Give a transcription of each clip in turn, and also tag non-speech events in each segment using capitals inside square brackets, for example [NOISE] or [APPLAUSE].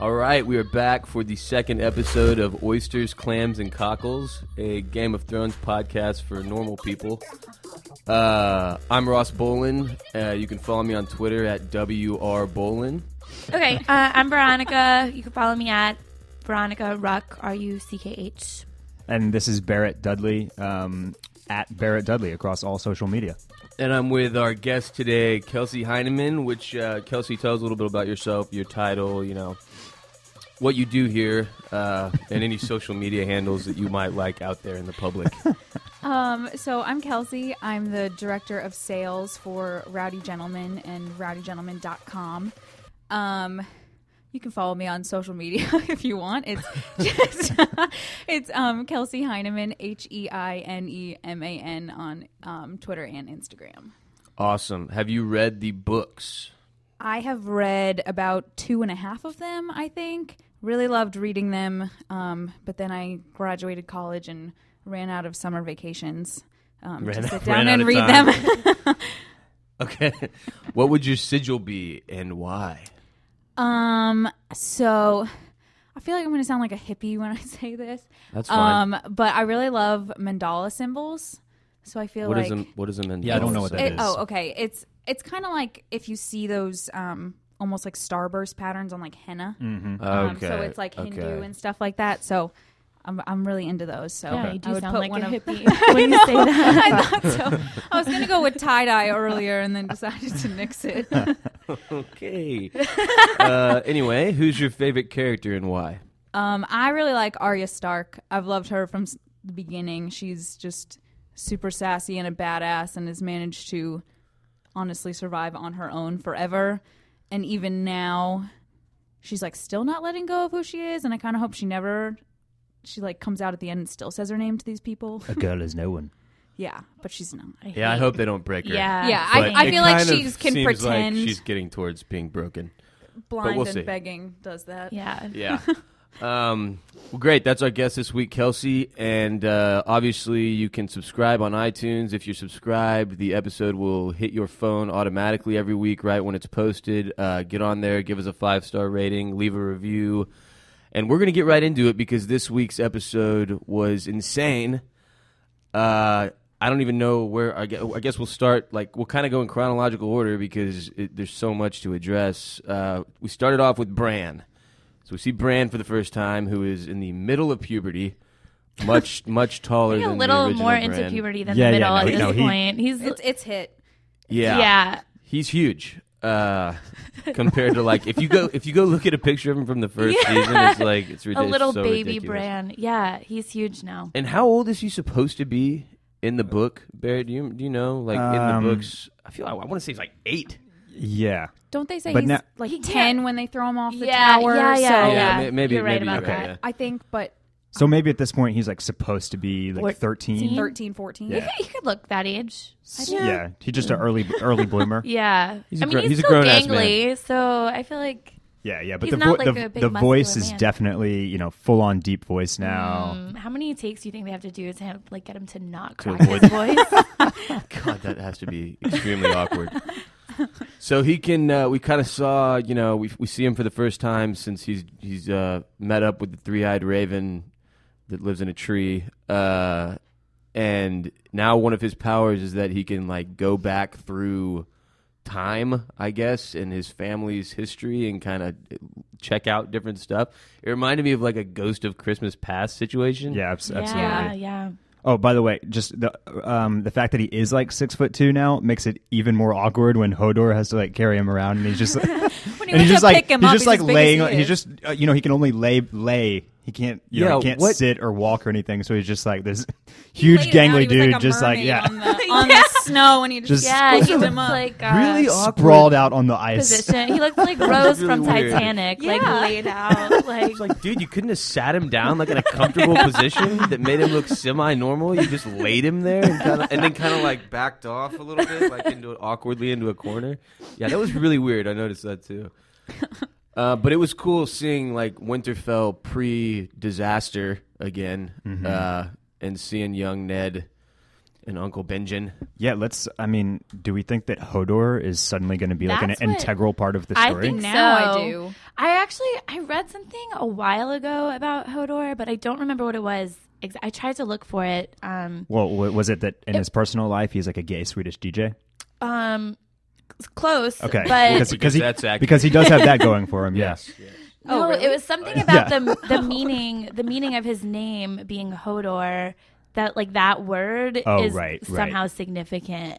All right, we are back for the second episode of Oysters, Clams, and Cockles, a Game of Thrones podcast for normal people. Uh, I'm Ross Bolin. Uh, you can follow me on Twitter at WRBolin. Okay, uh, I'm Veronica. You can follow me at Veronica Ruck, R U C K H. And this is Barrett Dudley um, at Barrett Dudley across all social media. And I'm with our guest today, Kelsey Heineman, which, uh, Kelsey, tell us a little bit about yourself, your title, you know, what you do here, uh, and any [LAUGHS] social media handles that you might like out there in the public. Um, so I'm Kelsey. I'm the director of sales for Rowdy Gentleman and rowdygentleman.com. Um, you can follow me on social media [LAUGHS] if you want. [LAUGHS] It's just [LAUGHS] it's um, Kelsey Heineman, H E I N E M A N on um, Twitter and Instagram. Awesome. Have you read the books? I have read about two and a half of them, I think. Really loved reading them, um, but then I graduated college and ran out of summer vacations um, Ran to out- [LAUGHS] sit ran down out and of read time. them. Okay. what would your sigil be and why? um, so I feel like I'm going to sound like a hippie when I [LAUGHS] say this. That's fine. Um, but I really love mandala symbols. So I feel What like is a what is a mandala? Yeah, I don't know what that It- is. oh, okay. It's it's kind of like if you see those um, almost like starburst patterns on like henna. Um, Okay. So it's like Hindu okay. and stuff like that. So I'm I'm really into those. So Yeah, you I do would sound put like one a of- hippie [LAUGHS] when you say that. I thought so. I was gonna go with tie dye earlier and then decided to nix it. [LAUGHS] Okay. uh, anyway, who's your favorite character and why? Um, I really like Arya Stark. I've loved her from s- the beginning. She's just super sassy and a badass, and has managed to honestly survive on her own forever. And even now, she's like still not letting go of who she is. And I kind of hope she never. She like comes out at the end and still says her name to these people. A girl is no one. Yeah, but she's not. Yeah, I hope they don't break her. Yeah. Yeah, But I, I it feel like kind of she can seems pretend Like she's getting towards being broken. blind we'll and see. begging does [LAUGHS] that. Yeah. Yeah. um, well, great. That's our guest this week, Kelsey. And uh, obviously, you can subscribe on iTunes. If you're subscribed, the episode will hit your phone automatically every week, right when it's posted. Uh, get on there, give us a five star rating, leave a review. And we're going to get right into it because this week's episode was insane. Uh, I don't even know where. I guess, I guess we'll start. Like we'll kind of go in chronological order because it, there's so much to address. Uh, we started off with Bran, so we see Bran for the first time, who is in the middle of puberty, [LAUGHS] much much taller a than the little original more Bran. into puberty than Yeah, the yeah, middle no, at he- this no, he- point. He's It's it's hit. Yeah, yeah. he's huge. Uh, compared to like if you go if you go look at a picture of him from the [LAUGHS] first season, it's like it's A ridiculous. little so baby ridiculous. Bran. Yeah, he's huge now. And how old is he supposed to be in the book, Barrett? Do you, do you know? Like in Um, the books, I feel I, want to say he's like eight. Yeah. Don't they say But he's now- like He can't- ten when they throw him off the yeah, tower? yeah, yeah, so- Yeah, Oh, yeah. may- maybe- You're right maybe about you're right, that. I think, but So maybe at this point he's like supposed to be Or- like 13. 13, 14. Yeah. You could look that age. Yeah. He's just an early [LAUGHS] early bloomer. Yeah. He's a I mean, gro- he's, he's a still grown-ass man. gangly, so I feel like Yeah, yeah. He's But the not vo- like the, a big the muscular voice is man. definitely, you know, full on deep voice now. mm, how many takes do you think they have to do to have, like get him to not To crack his voice? God, that has to be extremely awkward. So he can. Uh, we kind of saw. You know, we we see him for the first time since he's he's uh, met up with the three eyed raven that lives in a tree. Uh, and now one of his powers is that he can like go back through time, I guess, and his family's history and kind of check out different stuff. It reminded me of like a Ghost of Christmas Past situation. Yeah, abs- absolutely. yeah, yeah. Oh, by the way, just the um, the fact that he is like six foot two now makes it even more awkward when Hodor has to like carry him around, and he's just like, [LAUGHS] and [LAUGHS] When he's he went just to like pick him he's up, just he's like as big as laying. he on- He's is. just uh, you know he can only lay lay. He can't you know, Yeah, he can't what- sit or walk or anything. So he's just like this [LAUGHS] huge laid it out, gangly he was dude, like a just like mermaid [LAUGHS] yeah, on the, on the snow and he just, Just- yeah, he squished looked him up. like uh, Really awkward sprawled out on the ice. position. He [LAUGHS] looked like Rose really from weird. Titanic, Yeah. like laid [LAUGHS] out. Like, It's like, dude, you couldn't have sat him down like in a comfortable position that made him look semi-normal. You just laid him there and, kinda, and then kind of like backed off a little bit, like into awkwardly into a corner. Yeah, that was really weird. I noticed that too. Uh, but it was cool seeing like Winterfell pre-disaster again, uh, and seeing young Ned and Uncle Benjen. Yeah, let's. I mean, do we think that Hodor is suddenly going to be like That's an what- integral part of the I story? think Now so. I do. I actually I read something a while ago about Hodor, but I don't remember what it was. Ex- I tried to look for it. Um, Well, w- was it that in his personal life he's like a gay Swedish DJ? um, c- close. Okay, [LAUGHS] but Because he that's accurate. because he does have that [LAUGHS] going for him. Yes. no, Oh, really? it was something about the the meaning the meaning of his name being Hodor. That like that word Oh, is right, right. somehow significant.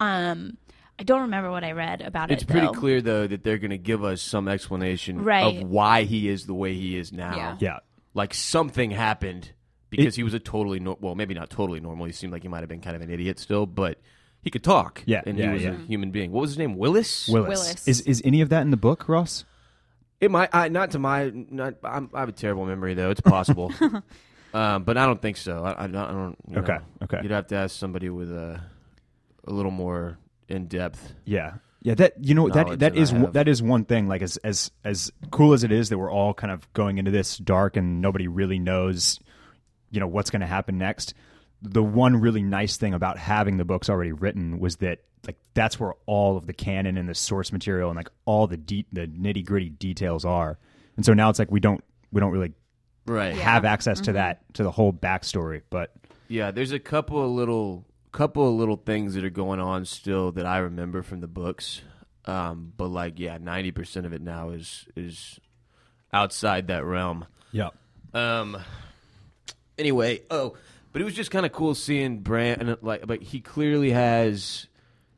Um, I don't remember what I read about It's it. pretty though. clear though that they're going to give us some explanation Right. of why he is the way he is now. Yeah. Yeah. like something happened because he was a totally nor- well, maybe not totally normal. He seemed like he might have been kind of an idiot still, but he could talk. Yeah, and he yeah, was a yeah. human being. What was his name? Willis. Willis. Willis. Is is any of that in the book, Ross? it might I, not to my not. I'm, I have a terrible memory though. It's possible, um, but I don't think so. I, I don't. I don't you Okay, know. okay. You'd have to ask somebody with a a little more in depth. Yeah. Yeah, that you know Knowledge that that that I is one- have. that is one thing. Like as as as cool as it is that we're all kind of going into this dark and nobody really knows, you know, what's going to happen next. The one really nice thing about having the books already written was that like that's where all of the canon and the source material and like all the de- the nitty gritty details are. And so now it's like we don't we don't really Right. have access to that to the whole backstory. But Yeah, there's a couple of little couple of little things that are going on still that I remember from the books. Um, but like yeah, 90% of it now is is outside that realm. yeah, Um anyway, oh, but it was just kind of cool seeing Bran and, like but he clearly has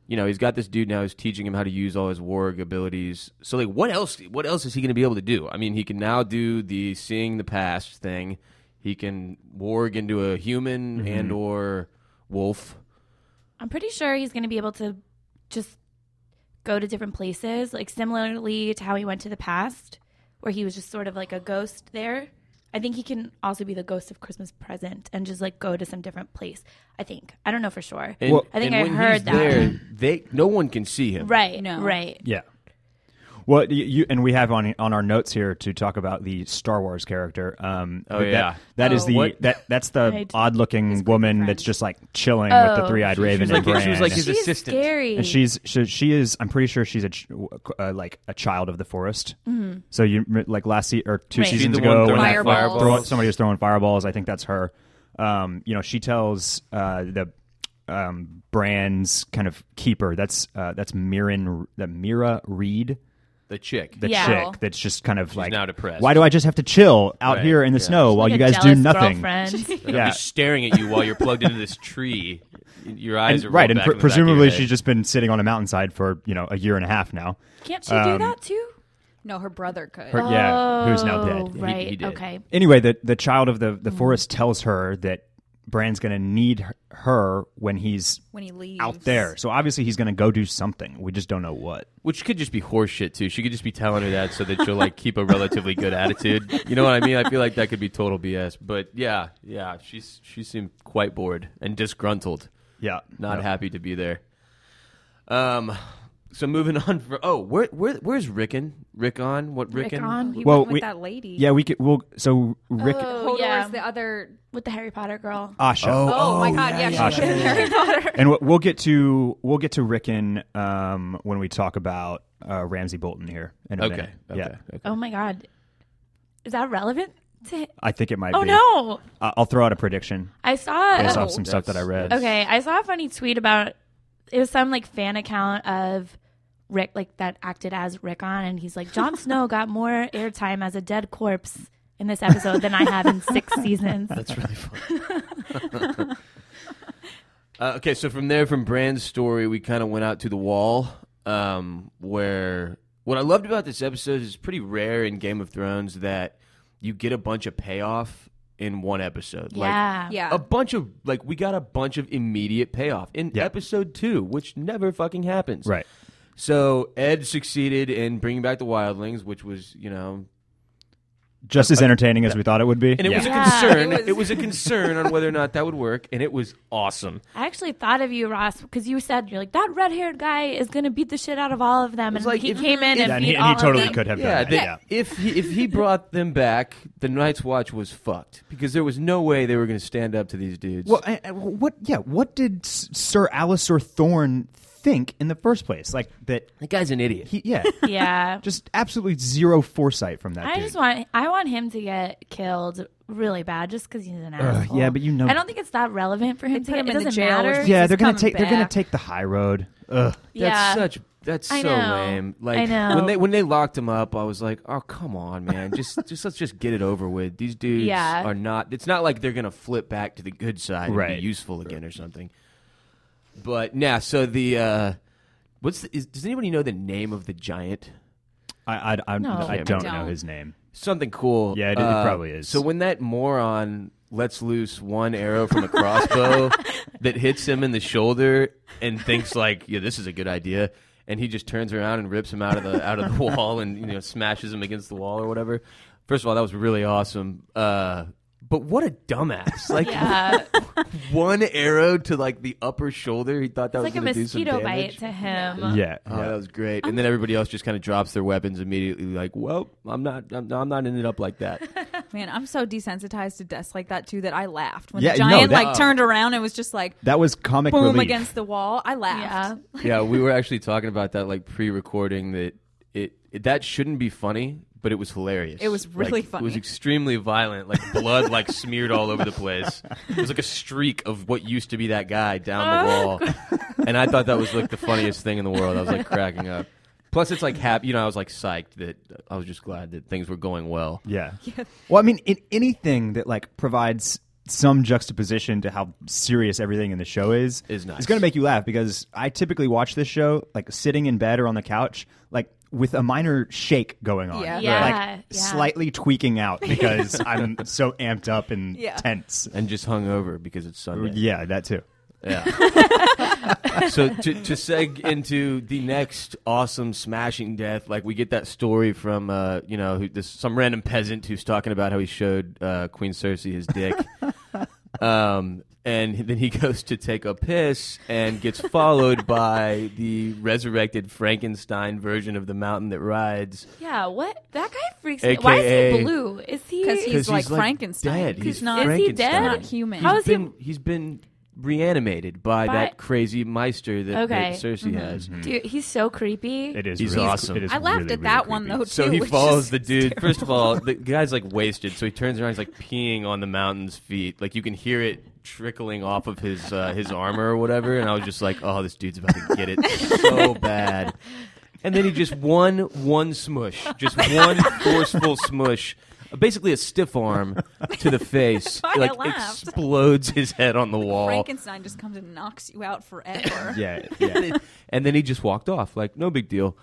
you know, he's got this dude now who's teaching him how to use all his warg abilities. So like what else what else is he going to be able to do? I mean, he can now do the seeing the past thing. He can warg into a human Mm-hmm. and or wolf. I'm pretty sure he's going to be able to just go to different places, like similarly to how he went to the past, where he was just sort of like a ghost there. I think he can also be the ghost of Christmas present and just like go to some different place. I think. I don't know for sure. And, Well- I think and I when heard he's that. There, they no one can see him. Right. No. Right. Yeah. Well, you, you and we have on on our notes here to talk about the Star Wars character. Um, Oh, that- yeah. that is Oh. the What? that that's I the d- odd looking woman friend. that's just like chilling with Oh. the three eyed raven She was and like- Bran. she was like his She's assistant. scary. and she's she, she is I'm pretty sure she's a ch- uh, like a child of the forest. So you like last se- or Mm-hmm. two Right. She's seasons the one ago throwing when the that fireballs. throw- somebody was throwing fireballs. I think that's her. Um, you know, she tells uh, the um, Bran's kind of keeper. That's uh, that's Miran that Mira Reed The chick. the Yeah. chick that's just kind of like now depressed. Why do I just have to chill out Right, here in the yeah. snow while Like you a guys do jealous nothing? [LAUGHS] girlfriend. [LAUGHS] Like, I'm Yeah. just staring at you while you're plugged into [LAUGHS] this tree. Your eyes And- are right, rolled and back pre- in the back of your presumably head. she's just been sitting on a mountainside for you know a year and a half now. Can't she do that too? No, her brother could. Her- Um, yeah, who's now dead. Oh, Hmm. Right. he did. Okay. Anyway, the the child of the the forest tells her that Bran's going to need her- her when he's when he leaves out there. So obviously he's going to go do something. We just don't know what. Which could just be horseshit too. She could just be telling her that so that she'll like keep a relatively good attitude. You know what I mean? I feel like that could be total BS. But yeah, yeah, she's she seemed quite bored and disgruntled, Yeah, not Yeah. happy to be there. Um, so moving on. For, oh, where where where's Rickon? Rickon? What Rickon? Rickon? He Well, went with we- that lady. Yeah, we could. We'll so Rick. Oh, Hodor yeah. is the other. With the Harry Potter girl. Asha. Oh, my god! Yeah, yeah, she yeah. was in Harry Potter. and we'll- we'll get to we'll get to Rickon um, when we talk about uh, Ramsey Bolton here. In a Okay. minute. okay, Yeah. okay. Oh my god. Is that relevant to I think it might Oh be. no. Oh. I- I'll throw out a prediction I saw based a- off some stuff that I read. Okay, I saw a funny tweet about it was some like fan account of Rick like that acted as Rickon and he's like Jon Snow got more airtime as a dead corpse in this episode than I have in [LAUGHS] six seasons. That's really fun. uh, okay, so from there, from Brand's story, we kind of went out to the wall, um, where what I loved about this episode is it's pretty rare in Game of Thrones that you get a bunch of payoff in one episode. Like, yeah. Yeah. a Oh. bunch of like we got a bunch of immediate payoff in Yeah. episode two, which never fucking happens. Right. So Ed succeeded in bringing back the wildlings, which was you know, Just as entertaining as we thought it would be. and it was a Yeah. concern. It [LAUGHS] It was, was- a concern on whether or not that would work, and it was awesome. I actually thought of you, Ross, because you said you're like that red-haired guy is gonna beat the shit out of all of them, and It's like he if- came in Yeah, and, yeah, and he, beat and he all totally of them. could have Yeah, done they- that. Yeah. if he if he brought them back, the Night's Watch was fucked because there was no way they were going to stand up to these dudes. Well, I, I- what? Yeah, what did S- Sir Alistair Thorne think in the first place? Like that? that guy's an idiot. He, yeah, [LAUGHS] [LAUGHS] Yeah. just absolutely zero foresight from that. I dude. just want I want him to get killed really bad just because he's an Ugh, asshole. yeah, but you know, I don't think it's that relevant for him to put get him it in the doesn't jail, matter. which yeah, he's they're gonna coming take. They're gonna back. take the high road. Ugh. yeah. That's such that's I so know. lame. Like I know. when they when they locked him up, I was like, "Oh, come on, man. Just [LAUGHS] just let's just get it over with. These dudes Yeah. are not it's not like they're going to flip back to the good side and Right. be useful again or something." But nah, so the uh what's the, is, does anybody know the name of the giant? I, I, I, No. I Yeah, don't we know don't. his name. Something cool. Yeah, it- it Uh, probably is. So when that moron lets loose one arrow from a [LAUGHS] crossbow that hits him in the shoulder and thinks like, "Yeah, this is a good idea," and he just turns around and rips him out of the out [LAUGHS] of the wall and you know smashes him against the wall or whatever. First of all, that was really awesome. Uh, but what a [LAUGHS] dumbass! Like Yeah. it's [LAUGHS] one arrow to like the upper shoulder. He thought that like a was going to do some mosquito damage. bite to him. Uh, Yeah, Oh, yeah. that was great. And then everybody else just kind of drops their weapons immediately. Like, well, I'm not, I'm, I'm not ending up like [LAUGHS] that. [LAUGHS] Man, I'm so desensitized to deaths like that too that I laughed when Yeah, the no, giant that- like turned around and was just like that was comic boom relief. against the wall. I Yeah. laughed. [LAUGHS] yeah, we were actually talking about that like pre-recording that it, it that shouldn't be funny, but it was hilarious. It was really Like, It funny. was extremely violent, like blood [LAUGHS] like smeared all over the place. It was like a streak of what used to be that guy down Oh, the wall. [LAUGHS] and I thought that was like the funniest thing in the world. I was like cracking up. Plus it's like happy, you know, I was like psyched that I was just glad that things were going well. [LAUGHS] Yeah. Well, I mean, in anything that like provides some juxtaposition to how serious everything in the show is Is nice. It's going to make you laugh because I typically watch this show like sitting in bed or on the couch, like with a minor shake going on, Yeah. Like, Yeah, yeah. slightly tweaking [LAUGHS] out because I'm so amped up and Yeah. tense. And just hung over because it's Sunday. Yeah, that too. Yeah. so to to seg into the next awesome smashing death, like we get that story from uh, you know who, this some random peasant who's talking about how he showed uh, Queen Cersei his dick. Um, and then he goes to take a piss and gets followed by the resurrected Frankenstein version of the mountain that rides. Yeah, what that guy freaks me. Why is AKA he blue? Is he? 'Cause he's- 'Cause like Frankenstein. Dead. He's He's not- Is he Frankenstein. dead? Not human. How He's is he? been, he's been reanimated by, By- that crazy meister that, that Okay. Cersei has. Dude, he's so creepy. Hmm. It is He's really, awesome. It is I laughed really, at that really one creepy. though too. So he which follows is- the dude. First of all, [LAUGHS] the guy's like wasted, so he turns around. He's like peeing on the mountain's feet. Like you can hear it trickling off of his uh, his armor or whatever. And I was just like, oh, this dude's about to get it [LAUGHS] so bad. And then he just one one smush, just [LAUGHS] one forceful smush, basically a stiff arm to the face. [LAUGHS] why I like laughed. explodes his head on the wall. Frankenstein just comes and knocks you out forever. [LAUGHS] Yeah, yeah. [LAUGHS] And- and then he just walked off like no big deal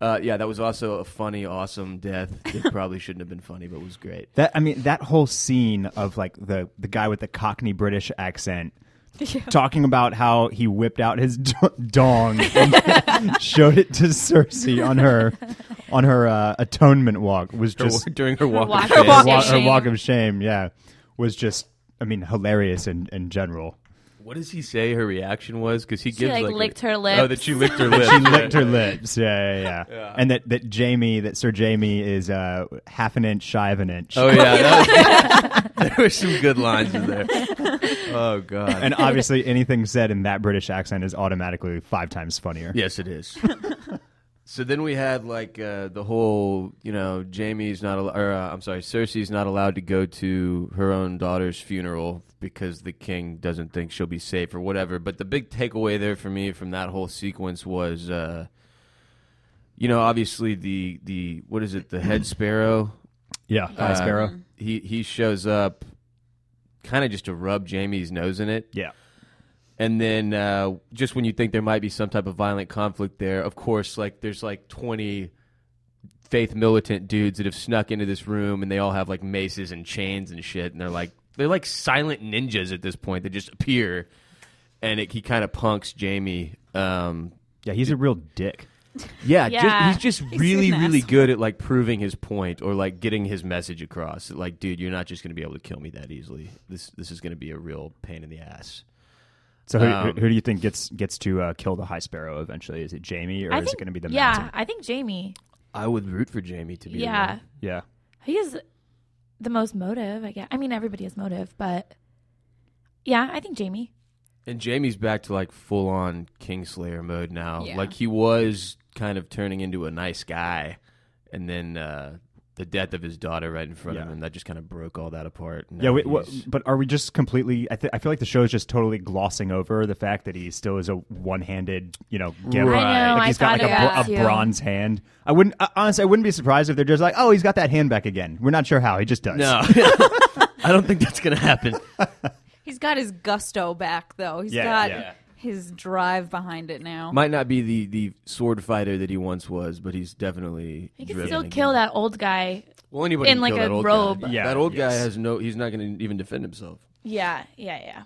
uh, yeah that was also a funny awesome death [LAUGHS] it probably shouldn't have been funny but was great That I mean, that whole scene of like the the guy with the Cockney British [LAUGHS] accent talking about how he whipped out his d- dong and [LAUGHS] showed it to Cersei on her on her uh, atonement walk was Her- just during her walk, walk- of her shame. her walk- wa- of her shame. walk of shame. Yeah, was just I mean hilarious in in general. what does he say her reaction was because he She, gives like, like a- licked her oh [LAUGHS] that lips. she licked her lips She licked her lips. Yeah, yeah, yeah. Yeah. And that that Jamie, that Sir Jamie is uh, half an inch shy of an inch. oh yeah that [LAUGHS] was- there were some good lines in [LAUGHS] there oh god And obviously, anything said in that British accent is automatically five times funnier. Yes, it is. so then we had like uh, the whole, you know, Jamie's not, al- or uh, I'm sorry, Cersei's not allowed to go to her own daughter's funeral because the king doesn't think she'll be safe or whatever. But the big takeaway there for me from that whole sequence was, uh, you know, obviously the the what is it, the head sparrow, Yeah, Uh, Um, He he shows up, kind of just to rub Jamie's nose in it. Yeah, And then uh, just when you think there might be some type of violent conflict there, of course, like there's like 20 faith militant dudes that have snuck into this room and they all have like maces and chains and shit and they're like they're like silent ninjas at this point they just appear and it, he kind of punks jamie um, Yeah, he's a real dick. yeah, Yeah. Just, he's just He's really an really asshole. good at like proving his point or like getting his message across like dude you're not just going to be able to kill me that easily this this is going to be a real pain in the ass So who, Um, who, who do you think gets gets to uh, kill the High Sparrow eventually? Is it Jamie or I is think, it going to be the yeah, Mountain? I think Jamie. i would root for jamie to be the Yeah, one. Yeah, he has the most motive. I guess. I mean, everybody has motive, but yeah, I think Jamie. And Jamie's back to like full on Kingslayer mode now. Yeah. Like he was kind of turning into a nice guy, and then uh, the death of his daughter right in front of Yeah. him that just kind of broke all that apart. And yeah. now Wait, wha- he's- but are we just completely? I, th- I feel like the show is just totally glossing over the fact that he still is a one handed, you know, gimp. Right. I know, Like I he's got thought like a, of that, bro- too. a bronze hand. I wouldn't I, honestly. I wouldn't be surprised if they're just like, oh, he's got that hand back again. We're not sure how. He just does. no, [LAUGHS] [LAUGHS] I don't think that's gonna happen. He's got his gusto back though. He's Yeah, got yeah. his drive behind it now. Might not be the the sword fighter that he once was, but he's definitely. He could driven still again. kill that old guy. Well, anybody in, can like, kill a that old robe. Guy. Yeah, that old guy yes. has no. He's not gonna even defend himself. Yeah, yeah, yeah.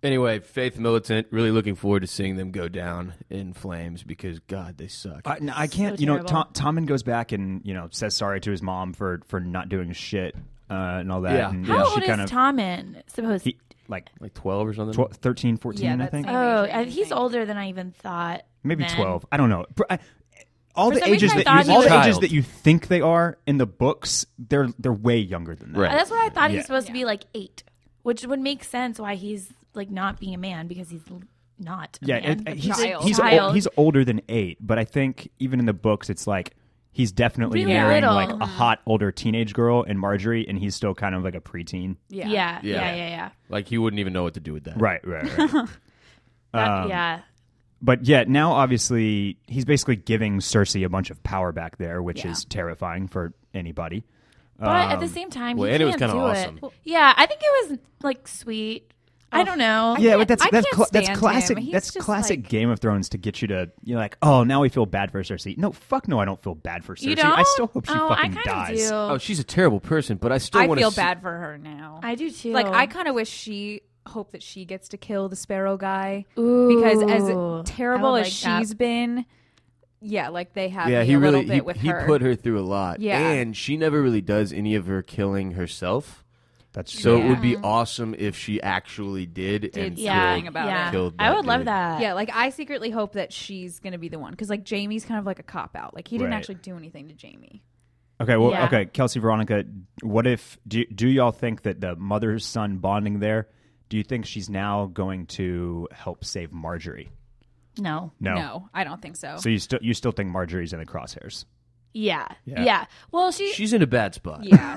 Anyway, Faith Militant, really looking forward to seeing them go down in flames because God, they suck. I, no, I can't. So you know, terrible. Tom, Tommen goes back and you know says sorry to his mom for for not doing shit uh, and all that. Yeah. and, you How know, old she is kind of Tommen supposed? he like like twelve or something. 12, 13, 14, Yeah, I that's think. same oh, age, I I- he's think. older than I even thought. maybe then. 12 i don't know Pr- I- all For the some reason, ages I that thought he you, all was the a ages child. that you think they are in the books they're they're way younger than that Right. Uh, That's what I thought he Yeah. was supposed to be like eight, which would make sense why he's like not being a man because he's l- not. A yeah man, it- but he's, child. he's, Child. ol- he's older than eight but i think even in the books it's like he's definitely Really marrying little. like a hot older teenage girl and marjorie and he's still kind of like a preteen yeah, yeah, yeah, yeah, yeah. Like he wouldn't even know what to do with that. right right, [LAUGHS] right. That- yeah. but yet now obviously he's basically giving cersei a bunch of power back there which Yeah. is terrifying for anybody But at the same time, well, he and it was can't kinda do awesome. It. Yeah, I think it was like sweet. I don't know. Yeah, but that's I that's can't cla- that's stand classic. him. He's That's just classic like- Game of Thrones to get you to you're like, oh, now we feel bad for Cersei. No, fuck no, I don't feel bad for Cersei. you don't. I still hope she oh, I fucking kinda dies. Do. Oh, she's a terrible person, but I still I want to feel bad for her now. I do too. like I kind of wish she hope that she gets to kill the sparrow guy Ooh. because I would as terrible as like she's that. been, yeah, like they have Yeah, me he a really little bit he, with he her. put her through a lot. Yeah. and she never really does any of her killing herself. That's So it Yeah. would be awesome if she actually did, and yeah, killed- something about yeah. it. Killed I that would love dude. that. yeah, like I secretly hope that she's gonna be the one because like Jamie's kind of like a cop out. Like he didn't Right. actually do anything to Jamie. okay. Well, Yeah. okay, Kelsey, Veronica, what if do do y'all think that the mother son bonding there? Do you think she's now going to help save Marjorie? No. No. I don't think so. So you still you still think Marjorie's in the crosshairs? Yeah. Yeah. Yeah. Well, she. She's in a bad spot. [LAUGHS] yeah,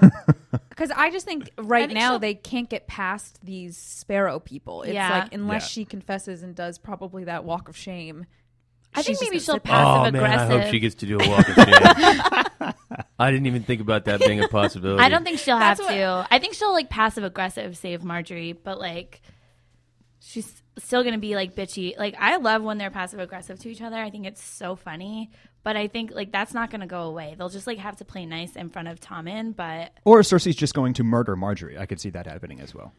because I just think right I think now she'll- they can't get past these sparrow people. It's Yeah. like unless Yeah. she confesses and does probably that walk of shame. I she's think maybe just she'll gonna sit there. passive Oh man, aggressive. I hope she gets to do a walk of shame. I didn't even think about that being a possibility. I don't think she'll have That's what- to. I think she'll like passive aggressive save Marjorie, but like she's still gonna be like bitchy. Like I love when they're passive aggressive to each other. I think it's so funny. But I think like that's not gonna go away. They'll just like have to play nice in front of Tommen. But Or Cersei's just going to murder Marjorie? I could see that happening as well.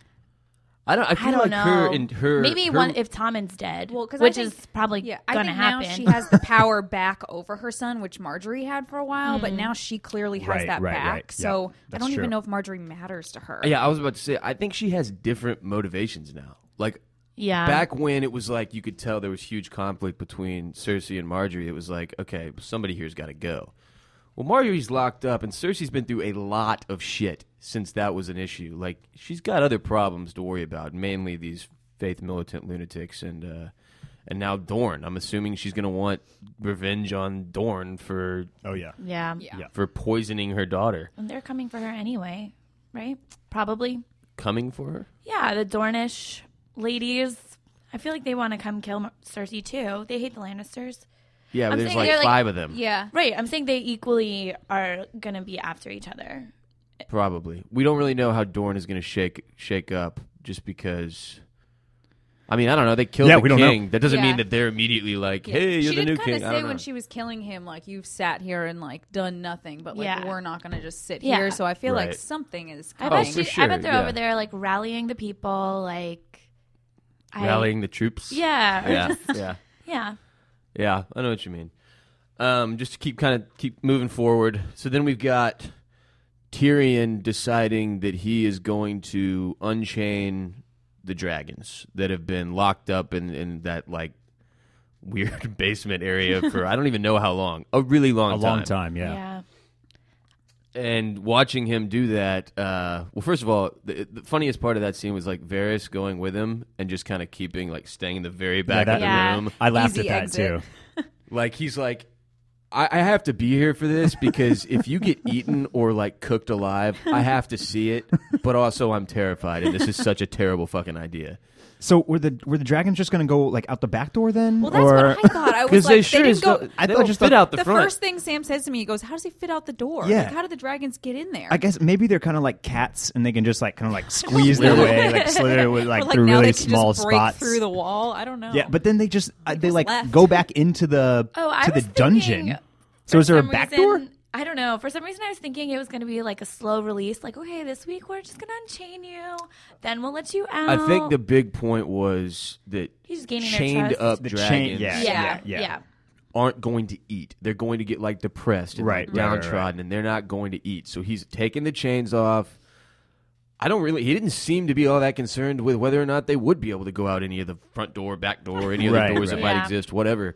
I don't. I feel I don't like know. her and her. maybe her- one if Tommen's dead, Well, 'cause I which think- is probably Yeah, I gonna think happen. now she has the power back over her son, which Marjorie had for a while, but now she clearly has Right, that right, back. right. Yeah, So I that's don't true. even know if Marjorie matters to her. Yeah, I was about to say. I think she has different motivations now. Like [LAUGHS] yeah, back when it was like you could tell there was huge conflict between Cersei and Marjorie. It was like, okay, somebody here's got to go. Well, Marjorie's locked up, and Cersei's been through a lot of shit since that was an issue. Like she's got other problems to worry about, mainly these faith militant lunatics and uh, and now Dorn. I'm assuming she's gonna want revenge on Dorn for Oh yeah. yeah, Yeah. for poisoning her daughter, And they're coming for her anyway, right? Probably. coming for her. Yeah, the Dornish ladies. I feel like they want to come kill Mar- Cersei too. They hate the Lannisters. Yeah, but I'm there's saying like they're, like- five of them. Yeah. Right. I'm saying they equally are going to be after each other. Probably. We don't really know how Dorn is going to shake shake up just because I mean, I don't know. They killed Yeah, the we don't know. know. That doesn't Yeah. mean that they're immediately like, "Hey, you're she the did new kinda king." I say don't know. when she was killing him, like you've sat here and like done nothing, but like Yeah. we're not gonna just sit Yeah. here. So I feel like Right. something is I coming. bet, Oh, she, for I sure, bet they're yeah. over there like rallying the people, like I- rallying the troops. Yeah, or [LAUGHS] yeah, just- yeah, yeah. yeah. I know what you mean. Um, just to keep kind of keep moving forward. So then we've got Tyrion deciding that he is going to unchain the dragons that have been locked up in, in that like weird [LAUGHS] basement area for I don't even know how long. A really long a time. long time. Yeah. yeah, and watching him do that uh, well first of all the, the funniest part of that scene was like Varys going with him and just kind of keeping like staying in the very back that- of the Yeah. room I laughed Easy at that exit. too. like he's like I, I have to be here for this because if you get eaten or like cooked alive I have to see it but also I'm terrified and this is such a terrible fucking idea So were the were the dragons just going to go like out the back door then? Well, that's or what I thought. I was because like, they sure didn't as go. though- I they thought- don't just fit thought- out the, the front first thing Sam says to me, he goes, "How does he fit out the door? Yeah. Like, how do the dragons get in there?" I guess maybe they're kind of like cats, and they can just like kind [LAUGHS] of like squeeze their way, like slither with Or, like, through now really they can small just break spots. through the wall. I don't know. yeah, but then they just uh, they just like left. go back into the Oh, I to the was dungeon. thinking So is there a some back reason- door? I don't know. For some reason, I was thinking it was going to be like a slow release. Like, okay, this week we're just going to unchain you, then we'll let you out. I think the big point was that Oh. He's just gaining their chained trust. up The chain- dragons yeah, yeah, yeah, yeah. aren't going to eat. They're going to get like depressed and Right, like, right, right, downtrodden, and they're not going to eat. So he's taking the chains off. I don't really. He didn't seem to be all that concerned with whether or not they would be able to go out any of the front door, back door, any other Right, doors that right. might Yeah. exist, whatever.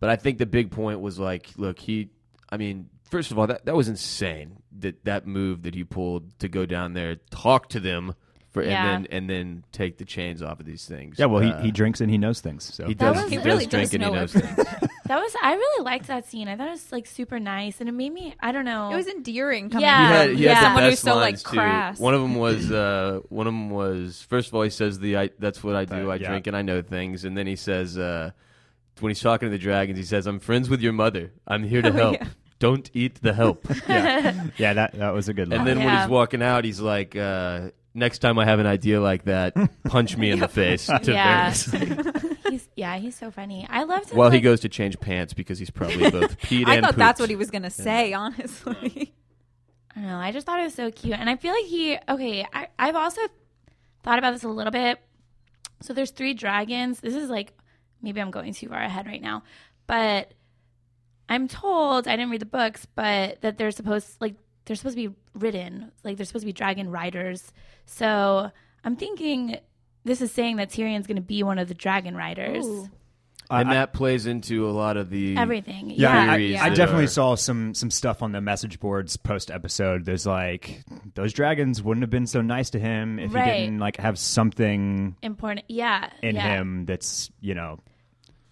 But I think the big point was like, look, he. I mean, first of all, that that was insane. That that move that he pulled to go down there, talk to them, for Yeah. and then and then take the chains off of these things. Yeah, well, Uh, he, he drinks and he knows things. So he That does he was- He does really drink does and he know knows everything. things. that was. I really liked that scene. I thought it was like super nice, and it made me. I don't know. it was endearing. Coming Yeah. from he had, he had Yeah. the Oh. someone best who's so like lines crass. too. One of them was uh, one of them was first of all he says the I, that's what I do Uh, I yeah. drink and I know things and then he says uh, when he's talking to the dragons he says I'm friends with your mother I'm here to help yeah. don't eat the help yeah, yeah, that that was a good. and line. then when Yeah. he's walking out he's like uh, next time I have an idea like that punch me in [LAUGHS] the face to [LAUGHS] Yeah. Varys. He's, yeah, he's so funny. I loved. him, while he like- goes to change pants because he's probably [LAUGHS] both peed I and thought that's pooped. what he was gonna say. [LAUGHS] Honestly, I don't know. I just thought it was so cute. And I feel like he, okay, I, I've also thought about this a little bit. So there's three dragons. This is like, maybe I'm going too far ahead right now, but I'm told, I didn't read the books, but that they're supposed, like, they're supposed to be ridden, like, they're supposed to be dragon riders. So I'm thinking this is saying that Tyrion's going to be one of the dragon riders. and I- that plays into a lot of the Everything. Yeah, Yeah. Theory. I, theories I that definitely are- saw some some stuff on the message boards post episode. There's like those dragons wouldn't have been so nice to him if Right. he didn't like have something Important. Yeah. in yeah. him that's you know,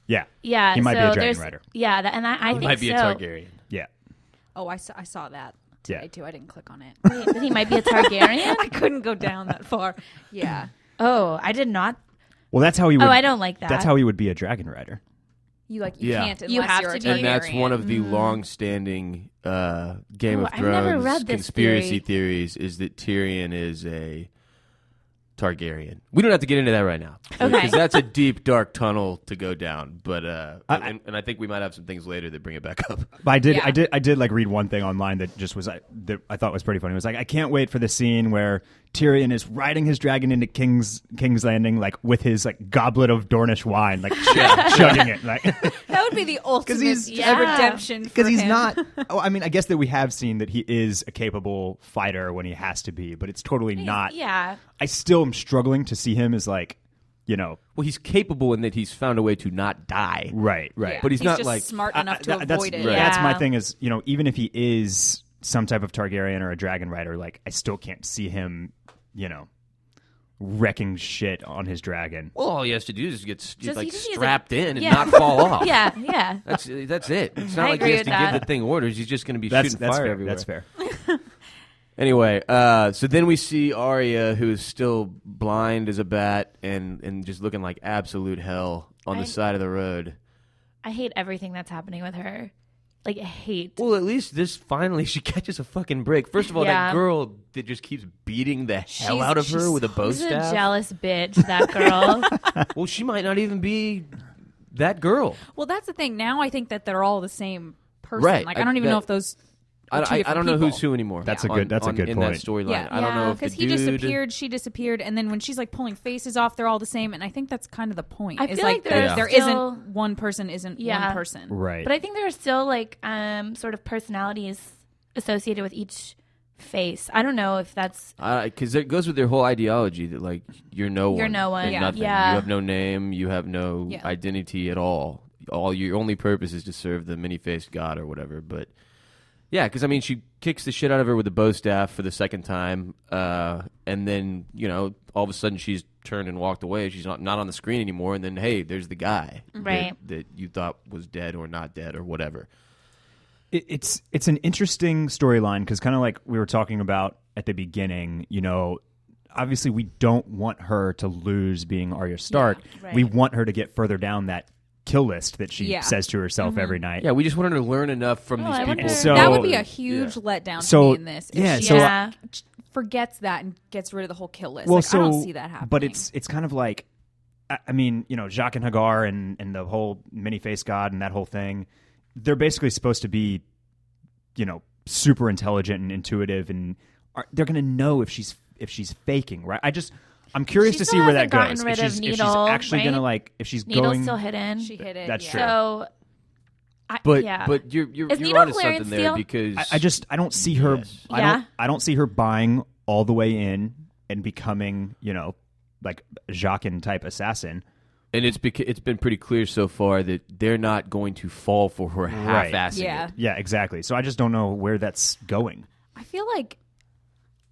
yeah, Yeah. He might be so a dragon there's- rider. Yeah. That, and I, I think might be so. a Targaryen yeah. oh, I saw, I saw that Yeah. today too. I didn't click on it. [LAUGHS] Wait, that he might be a Targaryen? I couldn't go down that far. Yeah, Oh, I did not. Well, that's how he. Would, Oh, I don't like that. That's how he would be a dragon rider. you like you Yeah. can't. Unless You have are to a be- and that's Targaryen. one of the long-standing uh, Game Mm. Ooh, of I've never Thrones read this conspiracy theories is that Tyrion is a Targaryen. We don't have to get into that right now because Okay. that's a deep, dark tunnel to go down. But uh, I- and, and I think we might have some things later that bring it back up. [LAUGHS] But I did, Yeah. I did, I did like read one thing online that just was like, that I thought was pretty funny. It was like, I can't wait for the scene where Tyrion is riding his dragon into King's King's Landing, like with his like goblet of Dornish [LAUGHS] wine, like chug- chugging it, like [LAUGHS] That would be the ultimate he's- yeah. Yeah. redemption because for he's him. [LAUGHS] not. Oh, I mean, I guess that we have seen that he is a capable fighter when he has to be, but it's totally not. [LAUGHS] Yeah. I still am struggling to see him as like, you know, Well, he's capable in that he's found a way to not die. right, right. Yeah. But he's not, just like- smart I- enough I- to that- avoid that's, it. right. Yeah. That's my thing is, you know, even if he is some type of Targaryen or a dragon rider, like I still can't see him, you know, wrecking shit on his dragon. Well, all he has to do is get s- Just- like he just needs a- strapped in and yeah. not [LAUGHS] fall off. Yeah. Yeah. That's that's it. It's not I like he agree has to with that. give the thing orders. He's just going to be That's shooting that's fire fair. everywhere. That's fair. Anyway, uh, so then we see Arya, who is still blind as a bat and, and just looking like absolute hell on I- the side of the road. I hate everything that's happening with her. like hate. Well, at least this finally [LAUGHS] she catches a fucking break. First of all, that Yeah. girl that just keeps beating the hell She's- out of her she's- with a bow She's a staff. jealous bitch, that girl. [LAUGHS] well, she might not even be that girl. Well, that's the thing. Now I think that they're all the same person. Right. Like I don't I- even know that- if those. I, are two I, I different don't know people. who's who anymore. That's a good- that's a good in that point. storyline. Yeah, I don't know if the because he dude, disappeared, she disappeared, and then when she's like pulling faces off, they're all the same. And I think that's kind of the point. I is, feel like there, there's there still- isn't one person isn't Yeah. one person. Right. but I think there are still like um sort of personalities associated with each face. I don't know if that's because it goes with their whole ideology that like you're no one, You're no one. and Yeah. nothing. Yeah. You have no name, you have no Yeah. identity at all. All your only purpose is to serve the many-faced god or whatever. But yeah, because I mean, she kicks the shit out of her with a bow staff for the second time, uh, and then you know, all of a sudden she's turned and walked away. She's not not on the screen anymore. And then hey, there's the guy that- Right. that, you thought was dead or not dead or whatever. it, it's it's an interesting storyline because kind of like we were talking about at the beginning, you know, obviously we don't want her to lose being Arya Stark. right. We want her to get further down that kill list that she Yeah. Mm-hmm. says to herself every night. Yeah, we just wanted to learn enough from Oh, these I people. wonder- So- that would be a Yeah. huge letdown So- to me in this. If yeah, she so- just yeah. forgets that and gets rid of the whole kill list. like, I don't see that happening. But it's it's kind of like, I, I mean, you know, Jacques and Hagar and and the whole many face god and that whole thing, they're basically supposed to be, you know, super intelligent and intuitive, and are, they're going to know if she's if she's faking, right? I just. I'm curious She to see still where that hasn't gotten goes. rid if, she's, of if she's Needle, actually gonna right? like, if she's Needle's going, still hidden. she hit it. that's yeah. true. So I, But yeah. but you're you're, Is you're Nino onto Clarence something there Steele? because I, I just I don't see her. Yes. I don't. Yeah. I don't see her buying all the way in and becoming, you know, like Jacques type assassin. and it's beca- it's been pretty clear so far that they're not going to fall for her half-assing Yeah. it. Yeah, exactly. So I just don't know where that's going. I feel like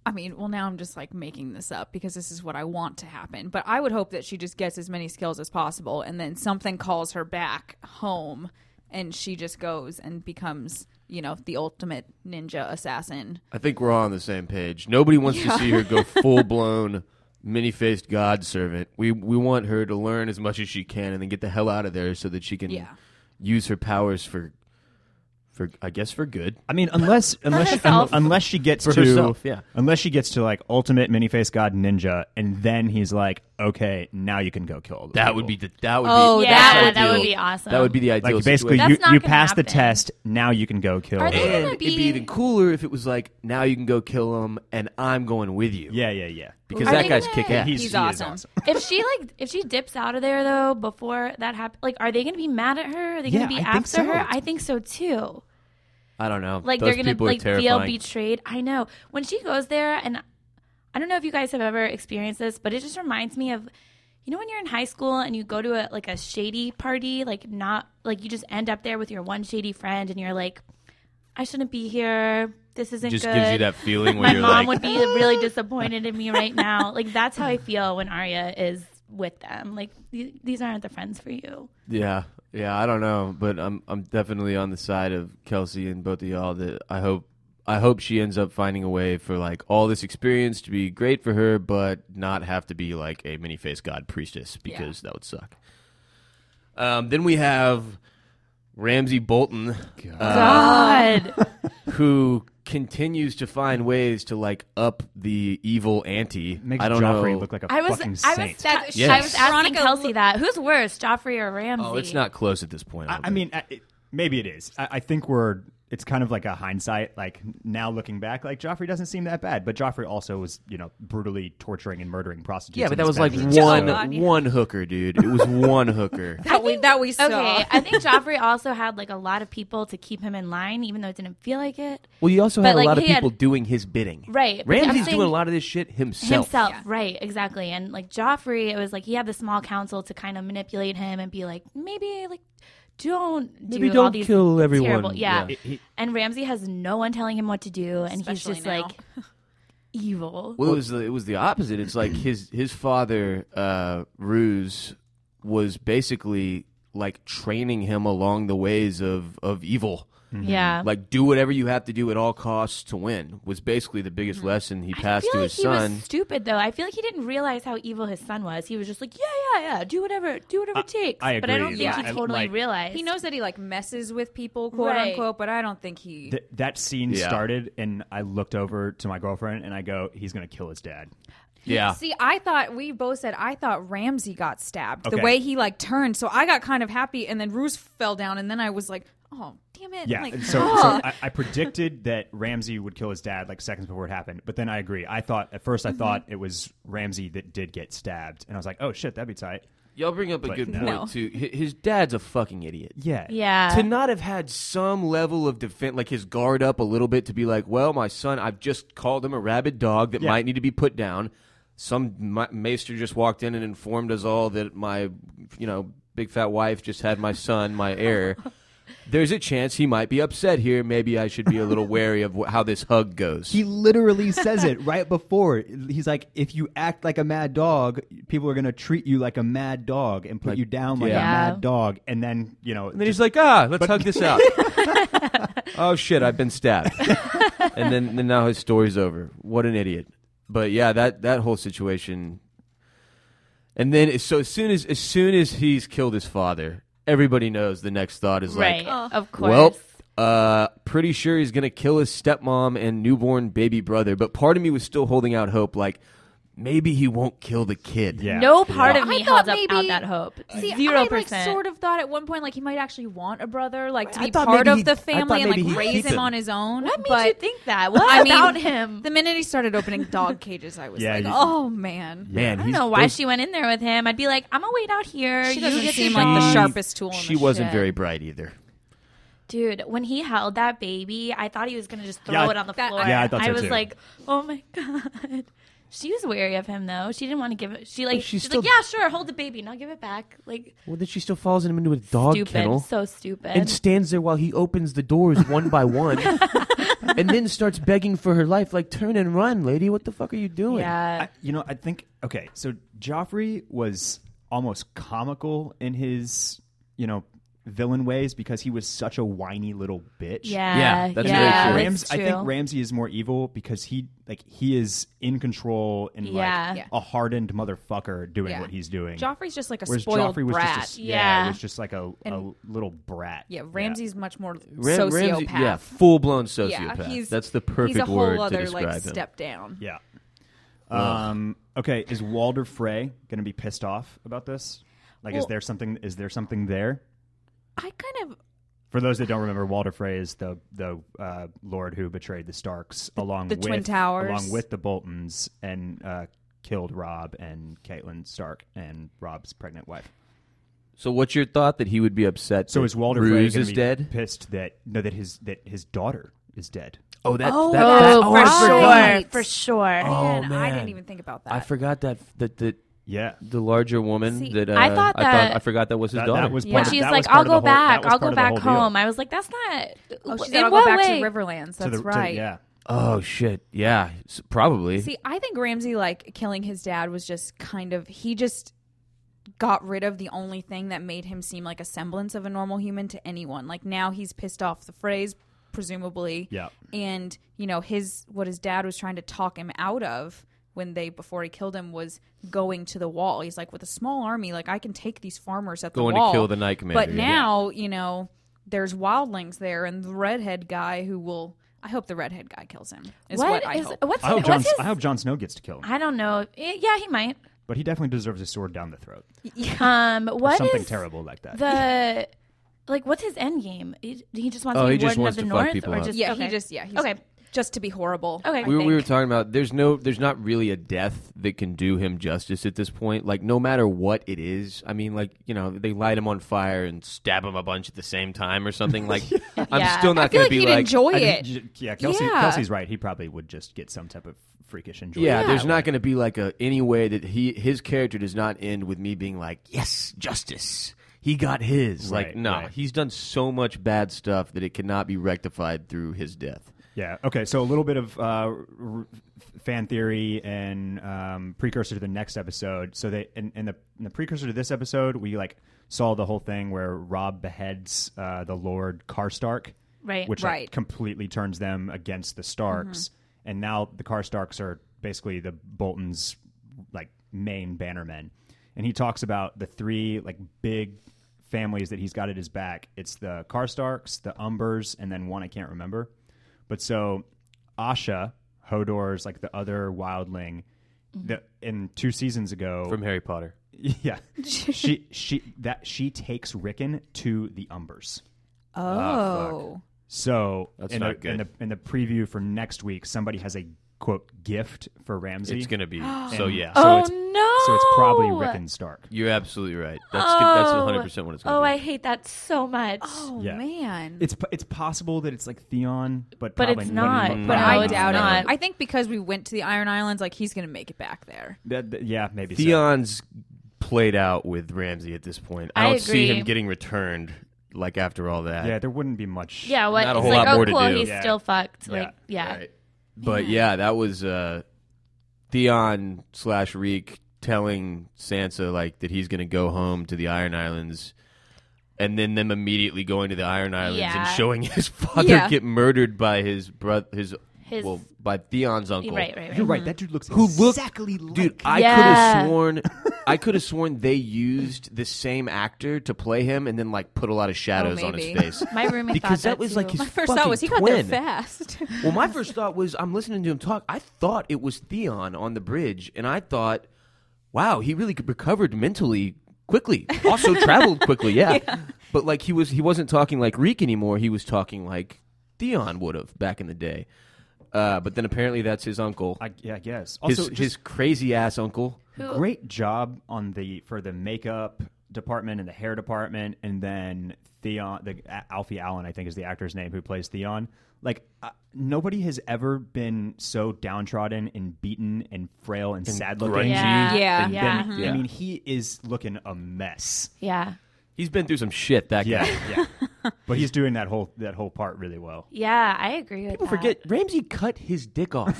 I mean, well now I'm just like making this up because this is what I want to happen. But I would hope that she just gets as many skills as possible and then something calls her back home and she just goes and becomes, you know, the ultimate ninja assassin. I think we're all on the same page. Nobody wants to see her [LAUGHS] go full-blown many-faced god servant. We we want her to learn as much as she can and then get the hell out of there so that she can Yeah. use her powers for for I guess for good. I mean, [LAUGHS] unless unless she, un- herself. unless she gets For to herself, yeah. unless she gets to like ultimate many face god ninja, and then he's like, okay, now you can go kill. all those That people. would be the that would Oh, be Yeah, that ideal. would be awesome. That would be the ideal. like situation. basically That's you, not you gonna pass the happen. test. Now you can go kill. Are they- all- and gonna it'd be be- even cooler if it was like now you can go kill him and I'm going with you. yeah, yeah, yeah. Because Are that they guy's gonna- kicking ass. He's, He's he is awesome. if she like if she dips out of there though before that happens, like are they going to be mad at her? Are they Yeah, going to be I think after so. her? I think so too. I don't know. Like Those they're going to people are like feel terrifying. betrayed. I know when she goes there, and I don't know if you guys have ever experienced this, but it just reminds me of. You know when you're in high school and you go to a like a shady party, like not like you just end up there with your one shady friend, and you're like, "I shouldn't be here. This isn't just good." gives you [LAUGHS] that feeling where my you're like, "Ah." mom would be really disappointed in me right now. Like that's how I feel when Arya is with them. Like these, these aren't the friends for you. [LAUGHS] yeah, yeah. I don't know, but I'm I'm definitely on the side of Kelsey and both of y'all. That I hope I hope she ends up finding a way for like all this experience to be great for her, but not have to be like a many faced god priestess because that would suck. Um, then we have Ramsey Bolton. uh, Ah. God, [LAUGHS] who continues to find ways to like up the evil ante. Makes I don't Joffrey know. look like a I was fucking I was saint. that, Yes. I was asking Veronica Kelsey look- that. Who's worse, Joffrey or Ramsey? oh, it's not close at this point. I, I don't mean, I, it, maybe it is. I, I think we're. It's kind of like a hindsight. Like now looking back, like Joffrey doesn't seem that bad, but Joffrey also was, you know, brutally torturing and murdering prostitutes. Yeah, but in that his was like bedroom. one So- Oh, God, yeah. one hooker, dude. It was one hooker. [LAUGHS] That we that we saw. Okay, I think Joffrey also had like a lot of people to keep him in line, even though it didn't feel like it. Well, you also But, had a like, lot of he had- people doing his bidding. Right, but I'm Ramsey's saying- doing a lot of this shit himself. Himself, right, exactly. And like Joffrey, it was like he had the small council to kind of manipulate him and be like, maybe like don't Maybe do all don't these kill everyone. terrible- yeah. Yeah. and Ramsey has no one telling him what to do, and Especially he's just now. [LAUGHS] like evil. Well, it was the, it was the opposite. It's like his his father, uh, Ruse, was basically like training him along the ways of of evil. Mm-hmm. Yeah. Like do whatever you have to do at all costs to win was basically the biggest lesson he Mm. I passed feel to like his he son. was stupid though. I feel like he didn't realize how evil his son was. He was just like, yeah, yeah, yeah, do whatever, do whatever it takes. I But I agree. don't think Yeah. he I- totally like- realized. He knows that he like messes with people, quote Right. unquote, but I don't think he. Th- that scene Yeah. started, and I looked over to my girlfriend, and I go, "He's gonna kill his dad." yeah. See, I thought we both said I thought Ramsey got stabbed Okay. the way he like turned, so I got kind of happy, and then Roos fell down, and then I was like, oh damn it! Yeah. Like, and so so ah. I, I predicted that Ramsey would kill his dad like seconds before it happened, but then I agree. I thought at first I thought Mm-hmm. it was Ramsey that did get stabbed, and I was like, "Oh shit, that'd be tight." Y'all bring up a But good no. No. point too. Hi- His dad's a fucking idiot. Yeah. Yeah. to not have had some level of defense, like his guard up a little bit, to be like, well, my son, I've just called him a rabid dog that Yeah. might need to be put down. Some ma- maester just walked in and informed us all that my, you know, big fat wife just had my son, my heir. There's a chance he might be upset here. Maybe I should be a little wary of wh- how this hug goes. He literally says [LAUGHS] it right before. He's like, if you act like a mad dog, people are going to treat you like a mad dog and put Like, you down like yeah. a Yeah. mad dog. And then you know, And then he's like, ah, let's hug this out. oh shit, I've been stabbed. and then, then now his story's over. What an idiot. But yeah, that that whole situation. And then so as soon as as soon as he's killed his father, everybody knows the next thought is right. Oh. like, Of course. well, uh, pretty sure he's gonna kill his stepmom and newborn baby brother. But part of me was still holding out hope, like maybe he won't kill the kid. yeah. no part I of me thought held up out maybe- that hope. See, Zero I like percent. sort of thought at one point like he might actually want a brother, like to I be thought part maybe of he- I the thought family and maybe like he'd raise keep him him. on his own. what made but you think that? What I mean, about him? The minute he started opening dog cages, I was Yeah, like, you- oh man. Man, I don't he's- know why those- she went in there with him. I'd be like, I'm gonna wait out here. She You doesn't get seem your like the dog. sharpest tool. In She the wasn't shed. very bright either. Dude, when he held that baby, I thought he was gonna just throw Yeah, I- it on the that- floor. Yeah, I thought so, was too. like, oh my god. She was wary of him though. She didn't want to give it. She like But she's she's, still- like, yeah, sure, hold the baby, and I'll give it back. Like Well, then she still follows him into a dog stupid, so stupid. and stands there while he opens the doors one by [LAUGHS] one and then starts begging for her life like turn and run lady what the fuck are you doing yeah, I, you know, I think okay. So Joffrey was almost comical in his, you know, villain ways because he was such a whiny little bitch. yeah, Yeah, that's very yeah, true. that's Rams- I think true. Ramsey is more evil because he like he is in control and Yeah. like Yeah. a hardened motherfucker doing Yeah. what he's doing. Joffrey's just like a Whereas spoiled Joffrey was brat. just a, yeah, Yeah. was just like a, a And- little brat. yeah, Ramsay's much more Ram- sociopath. Ramsay- yeah full blown Yeah, sociopath he's that's the perfect he's a whole word other to describe like him step down. Yeah. Um, okay, is Walder Frey going to be pissed off about this? Like, is Well- there something? Is there something there? I kind of For those that don't remember, Walder Frey is the the uh, lord who betrayed the Starks along the with Twin Towers. along with the Boltons, and uh, killed Rob and Caitlin Stark and Rob's pregnant wife. so what's your thought that he would be upset So that is Walder Frey Ruse gonna is be dead Pissed that no, that his that his daughter is dead. oh that, Oh, that, that's that- oh, oh, for I right. forgot sure, for sure. Oh, man, I man. didn't even think about that. I forgot that that, that Yeah, the larger woman See, that uh, I thought that- I forgot that was his That- that daughter was When part of- she's that like, was part I'll of the go whole- that back, was I'll part go of the back whole deal. home. I was like, that's not. Oh, she in said I'll go what back way? to the Riverlands. To That's the- to- right. yeah, oh shit yeah s- probably See, I think Ramsey like killing his dad was just kind of he just got rid of the only thing that made him seem like a semblance of a normal human to anyone. Like now he's pissed off the phrase presumably. Yeah. And, you know, his what his dad was trying to talk him out of when they before he killed him was going to the wall. He's like with a small army like I can take these farmers at Going the to wall. kill the Night Commander, But yeah. now, you know, there's wildlings there and the redhead guy who will I hope the redhead guy kills him. Is what, I is- hope. What's, I hope what's John. his? I hope Jon Snow gets to kill him, I don't know. Eh, Yeah, he might. but he definitely deserves a sword down the throat. Um, what something is terrible like that. the like? What's his end game? He, he just wants Oh, to be he just warden wants of the to fuck north, people or up. just Yeah, okay. he just yeah. He's Okay. just to be horrible. okay. we, we were talking about there's no there's not really a death that can do him justice at this point like no matter what it is i mean like you know they light him on fire and stab him a bunch at the same time or something like i'm Yeah. still I not going feel like to be he'd like enjoy I mean, it. j- yeah, Kelsey, Yeah. Kelsey's right. He probably would just get some type of freakish enjoyment. yeah, there's not going to be like a any way that he his character does not end with me being like yes justice he got his like Right, nah right. he's done so much bad stuff that it cannot be rectified through his death Yeah. Okay. So a little bit of uh, r- fan theory and um, precursor to the next episode. So they in, in the in the precursor to this episode, we like saw the whole thing where Rob beheads uh, the Lord Karstark, Right. Which like, Right. completely turns them against the Starks, and now the Karstarks are basically the Boltons' like main bannermen. And he talks about the three like big families that he's got at his back. It's the Karstarks, the Umbers, and then one I can't remember. But so Asha, Hodor's like the other wildling, the in two seasons ago from Harry Potter. [LAUGHS] yeah. she she that she takes Rickon to the Umbers. ah, Oh, So That's in, not the, good. in the in the preview for next week, somebody has a quote gift for Ramsey. It's gonna be so yeah. So oh it's- no! so it's probably Rickon Stark. You're absolutely right. That's that's Oh. 100 percent what it's gonna Oh, be. I hate that so much. oh Yeah. man. It's po- it's possible that it's like Theon, but But probably it's not. but But but No, I it's doubt not. it. I think because we went to the Iron Islands, like he's gonna make it back there. that, that- yeah, maybe so. Theon's played out with Ramsey at this point. I I don't see agree. him getting returned like after all that. Yeah, there wouldn't be much. yeah, what? Not a it's whole like, lot oh, more to cool, do. he's Yeah. still fucked. Yeah. Like, yeah. Right. But yeah, that was uh, Theon slash Reek telling Sansa like that he's gonna go home to the Iron Islands, and then them immediately going to the Iron Islands and Yeah. showing [LAUGHS] his father Yeah. get murdered by his brother, his, His- well, by Theon's uncle. Right, right, You're right. right. That dude looks Who looked- exactly like. Dude, I could Yeah. have [LAUGHS] sworn, I could have sworn they used the same actor to play him, and then like put a lot of shadows on his Oh, maybe. [LAUGHS] face. My roommate Because thought that was too. like his My first fucking thought was he got there twin. fast. [LAUGHS] Well, my first thought was I'm listening to him talk. I thought it was Theon on the bridge, and I thought, wow, he really recovered mentally quickly. [LAUGHS] Also traveled quickly, yeah. But like he was, he wasn't talking like Reek anymore. He was talking like Theon would have back in the day. Uh, but then apparently that's his uncle, I, yeah, I guess. his Also, just his crazy ass uncle. Who- great job on the for the makeup department and the hair department and then theon the A- alfie allen i think is the actor's name who plays theon like uh, nobody has ever been so downtrodden and beaten and frail and, sad looking grungy. yeah, Yeah. yeah, And yeah. Then- i mean he is looking a mess yeah, He's been through some shit. That yeah guy. yeah but he's doing that whole that whole part really well I agree with People that. forget Ramsey cut his dick [LAUGHS] off.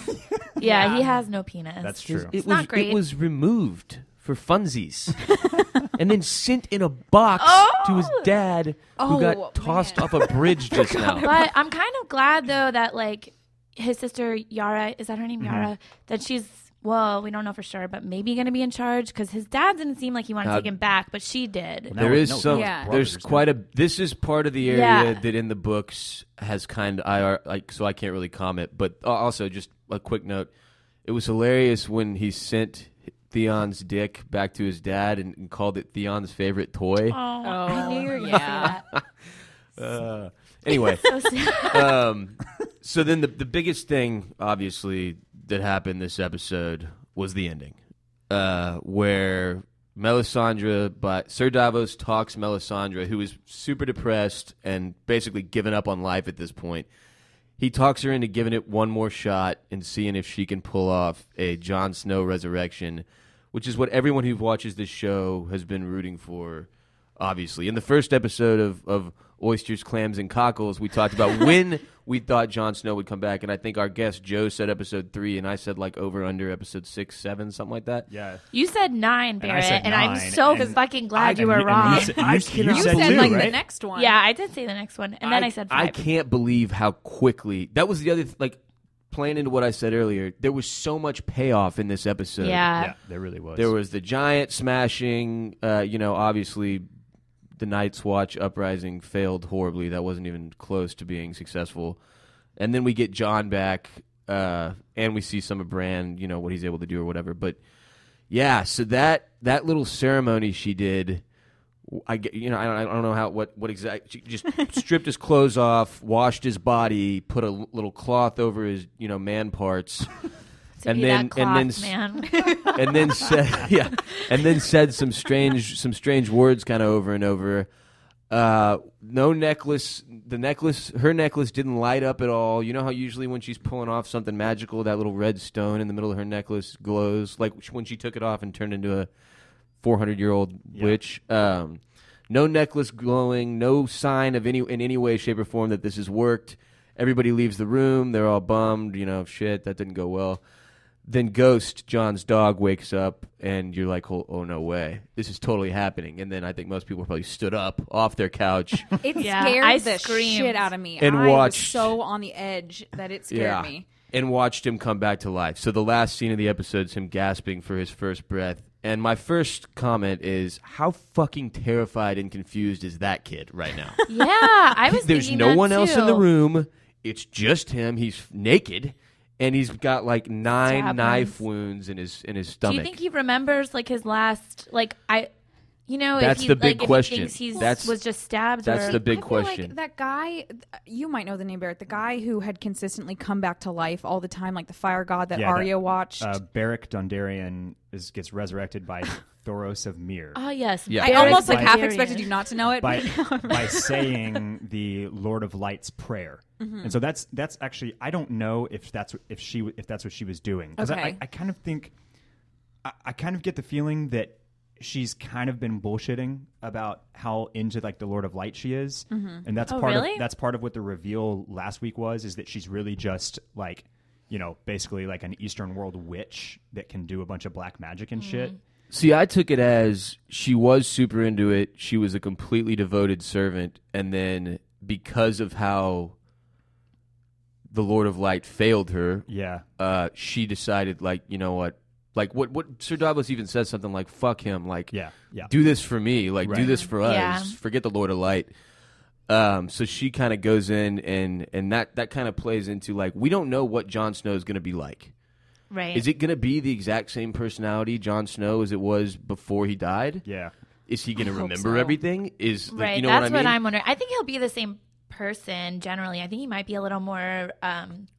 Yeah, he has no penis. that's true It was not great. it was removed for [LAUGHS] funsies, and then sent in a box to his dad, who Oh, got tossed man. off [LAUGHS] a bridge just now. But I'm kind of glad though that like his sister Yara is that her Mm-hmm. name Yara that she's well we don't know for sure but maybe going to be in charge because his dad didn't seem like he wanted Uh, to take him back but she did. Now There we is know some. his Yeah. There's brothers quite a. This is part of the area Yeah. that in the books has kind of. I are like so I can't really comment, but uh, also just a quick note. It was hilarious when he sent Theon's dick back to his dad and, and called it Theon's favorite toy. Oh, I knew you were gonna say yeah. Uh, anyway, um, so then the, the biggest thing, obviously, that happened this episode was the ending, uh, where Melisandre, by Sir Davos talks Melisandre, who is super depressed and basically given up on life at this point. He talks her into giving it one more shot and seeing if she can pull off a Jon Snow resurrection, which is what everyone who watches this show has been rooting for. Obviously, in the first episode of, of Oysters, Clams, and Cockles, we talked about when we thought Jon Snow would come back, and I think our guest Joe said episode three, and I said like over under episode six, seven, something like that. yeah [LAUGHS] You said nine, And I Barrett, said and, nine, I'm so and fucking glad you and were you- and wrong. you said- you- you You said said, two, like the right? next [LAUGHS] one. yeah, I did say the next one, and then I, said five. I can't believe how quickly that was. The other th- like playing into what I said earlier, there was so much payoff in this episode. yeah. yeah there really was There was the giant smashing. Uh, you know, obviously, the Night's Watch uprising failed horribly. That wasn't even close to being successful. And then we get John back, uh, and we see some of Bran. You know what he's able to do or whatever. But yeah, so that that little ceremony she did. w- I get, you know I don't, I don't know how what what exact she just stripped his clothes off, washed his body, put a l- little cloth over his you know man parts, To And be then- that and then s- [LAUGHS] cloth, man. and then said [LAUGHS] yeah and then said some strange some strange words kind of over and over uh no necklace the necklace her necklace didn't light up at all you know how usually when she's pulling off something magical that little red stone in the middle of her necklace glows like when she took it off and turned into a 400 year old witch um no necklace glowing no sign of any in any way shape or form that this has worked Everybody leaves the room. They're all bummed. You know, shit, that didn't go well. Then Ghost, John's dog, wakes up, and you're like, oh, oh, no way. This is totally happening. And then I think most people probably stood up off their [LAUGHS] couch. It Yeah, scared I the screamed. shit out of me. And I watched- was so on the edge that it scared me. And watched him come back to life. So the last scene of the episode is him gasping for his first breath. And my first comment is, how fucking terrified and confused is that kid right now? Yeah, [LAUGHS] I was. There's thinking no that, one else in the too. room. It's just him. He's naked, and he's got like nine Stab knife wounds in his in his Do stomach. you think he remembers like his last like I? You know, That's if he, the big like, if he question. thinks he's That's- was just stabbed. that's or, the big I feel like question. that guy, you might know the name Barrett. The guy who had consistently come back to life all the time, like the fire god that Yeah, that- Arya watched. Uh, Beric Dondarrion is gets resurrected by Thoros of Myr Oh yes, Yeah. I Beric almost like half Dondarrion. expected you not to know [LAUGHS] it. [LAUGHS] by but now I'm- by saying the Lord of Light's prayer. Mm-hmm. And so that's that's actually I don't know if that's if she if that's what she was doing because I, Okay. I, I kind of think I, I kind of get the feeling that she's kind of been bullshitting about how into like the Lord of Light she is, and that's Oh, part really? of that's part of what the reveal last week was is that she's really just like you know basically like an Eastern world witch that can do a bunch of black magic and Mm. shit. See, I took it as she was super into it. She was a completely devoted servant, and then because of how the Lord of Light failed her, Yeah, uh, she decided, like, you know what, like what what Sir Davos even says something like, "Fuck him," like, yeah, yeah. do this for me like do Right. this for us Yeah. forget the lord of light um, so she kind of goes in and and that that kind of plays into like we don't know what Jon Snow is going to be like. Right. Is it going to be the exact same personality Jon Snow as it was before he died? yeah. Is he going to hope remember so. everything? Is like, right? you know that's what I mean? am wondering. I think he'll be the same person generally. I think he might be a little more um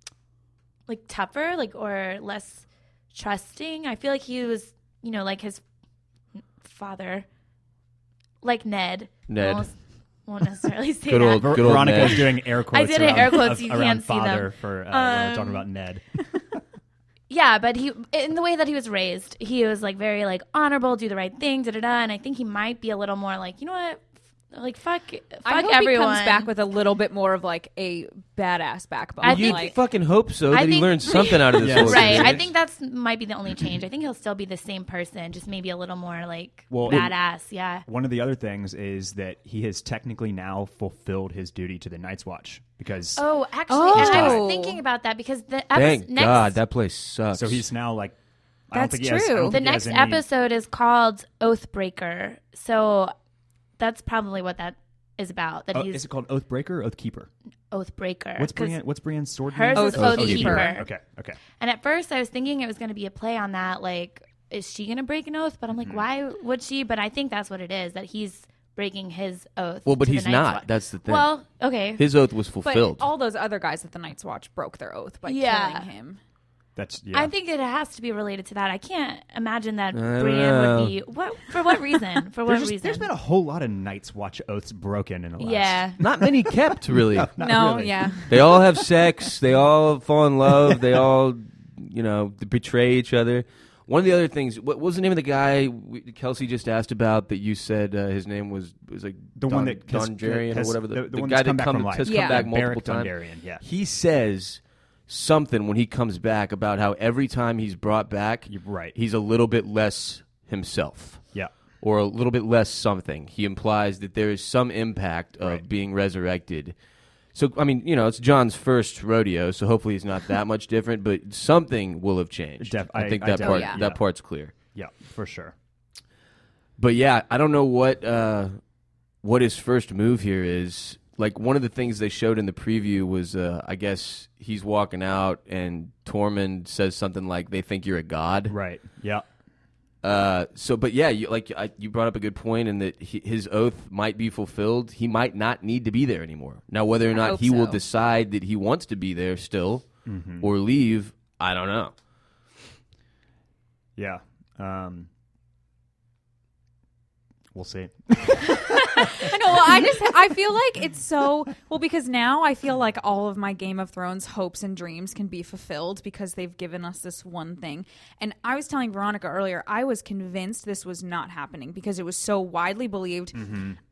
like tougher, like or less trusting. I feel like he was, you know, like his father, like Ned. Ned. I almost won't necessarily [LAUGHS] say Good that. old- Ver- old Veronica Ned. is doing air quotes. did it, around, air quotes, of- you around can't see father them. for uh, when we're Um, talking about Ned. Yeah, but he in the way that he was raised, he was like very like honorable, do the right thing, da da da. And I think he might be a little more like, you know what, like fuck, fuck I hope everyone. he comes back with a little bit more of like a badass backbone. I you think- like, fucking hope so that I he think- learns something out of this. Yeah. whole [LAUGHS] right. I situation. think that's might be the only change. I think he'll still be the same person, just maybe a little more like Well, it- badass. yeah. One of the other things is that he has technically now fulfilled his duty to the Night's Watch because Oh, actually, Oh. and I was Stop. thinking about that because the Thank episode next God that place sucks. so he's now like. I don't That's think he has, I true. don't the think he has next any- episode is called Oathbreaker, so that's probably what that is about. That Oh, he's is it called Oathbreaker or Oathkeeper? Oathbreaker. What's 'cause- Brian? What's Brian's sword Hers name? Oh, is Oath- Oathkeeper. Oathkeeper. Okay, okay. And at first, I was thinking it was going to be a play on that. Like, is she going to break an oath? But I'm like, Mm-hmm. why would she? But I think that's what it is that he's breaking his oath. well, but to the he's Night's not. Watch. That's the thing. well, okay. his oath was but fulfilled. all those other guys at the Night's Watch broke their oath by Yeah. killing him. That's yeah. I think it has to be related to that. I can't imagine that don't Brienne know. would be what for what [LAUGHS] reason? For what there's, just, reason? there's been a whole lot of Night's Watch oaths broken in the last. yeah. Not many kept [LAUGHS] really. Not Oh, no, really. yeah. They all have sex. They all fall in love. They all, you know, betray each other. One of the other things, what was the name of the guy we, Kelsey just asked about that you said uh, his name was was like The Don, one that has- Donjerian or has- whatever the- the one guy that's that come back come- from life. has come Yeah. back Beric multiple times. Dondarrion, yeah. He says something when he comes back about how every time he's brought back, You're right. he's a little bit less himself Yeah. or a little bit less something. He implies that there is some impact of Right. being resurrected. So I mean, you know, it's John's first rodeo, so hopefully it's not that much different, but something will have changed. Def- I, I- think I that def- part yeah. that part's clear. Yeah, for sure. But yeah, I don't know what uh, what his first move here is. Like one of the things they showed in the preview was, uh, I guess he's walking out and Tormund says something like, "They think you're a god." Right. Yeah. Uh, so, but yeah, you, like I, you brought up a good point in that he, his oath might be fulfilled. He might not need to be there anymore. Now, whether or not hope he will so. decide that he wants to be there still or leave, I don't know. Yeah. Um, [LAUGHS] We'll see. [LAUGHS] I know. Well, I just I feel like it's so well because now I feel like all of my Game of Thrones hopes and dreams can be fulfilled because they've given us this one thing. And I was telling Veronica earlier, I was convinced this was not happening because it was so widely believed.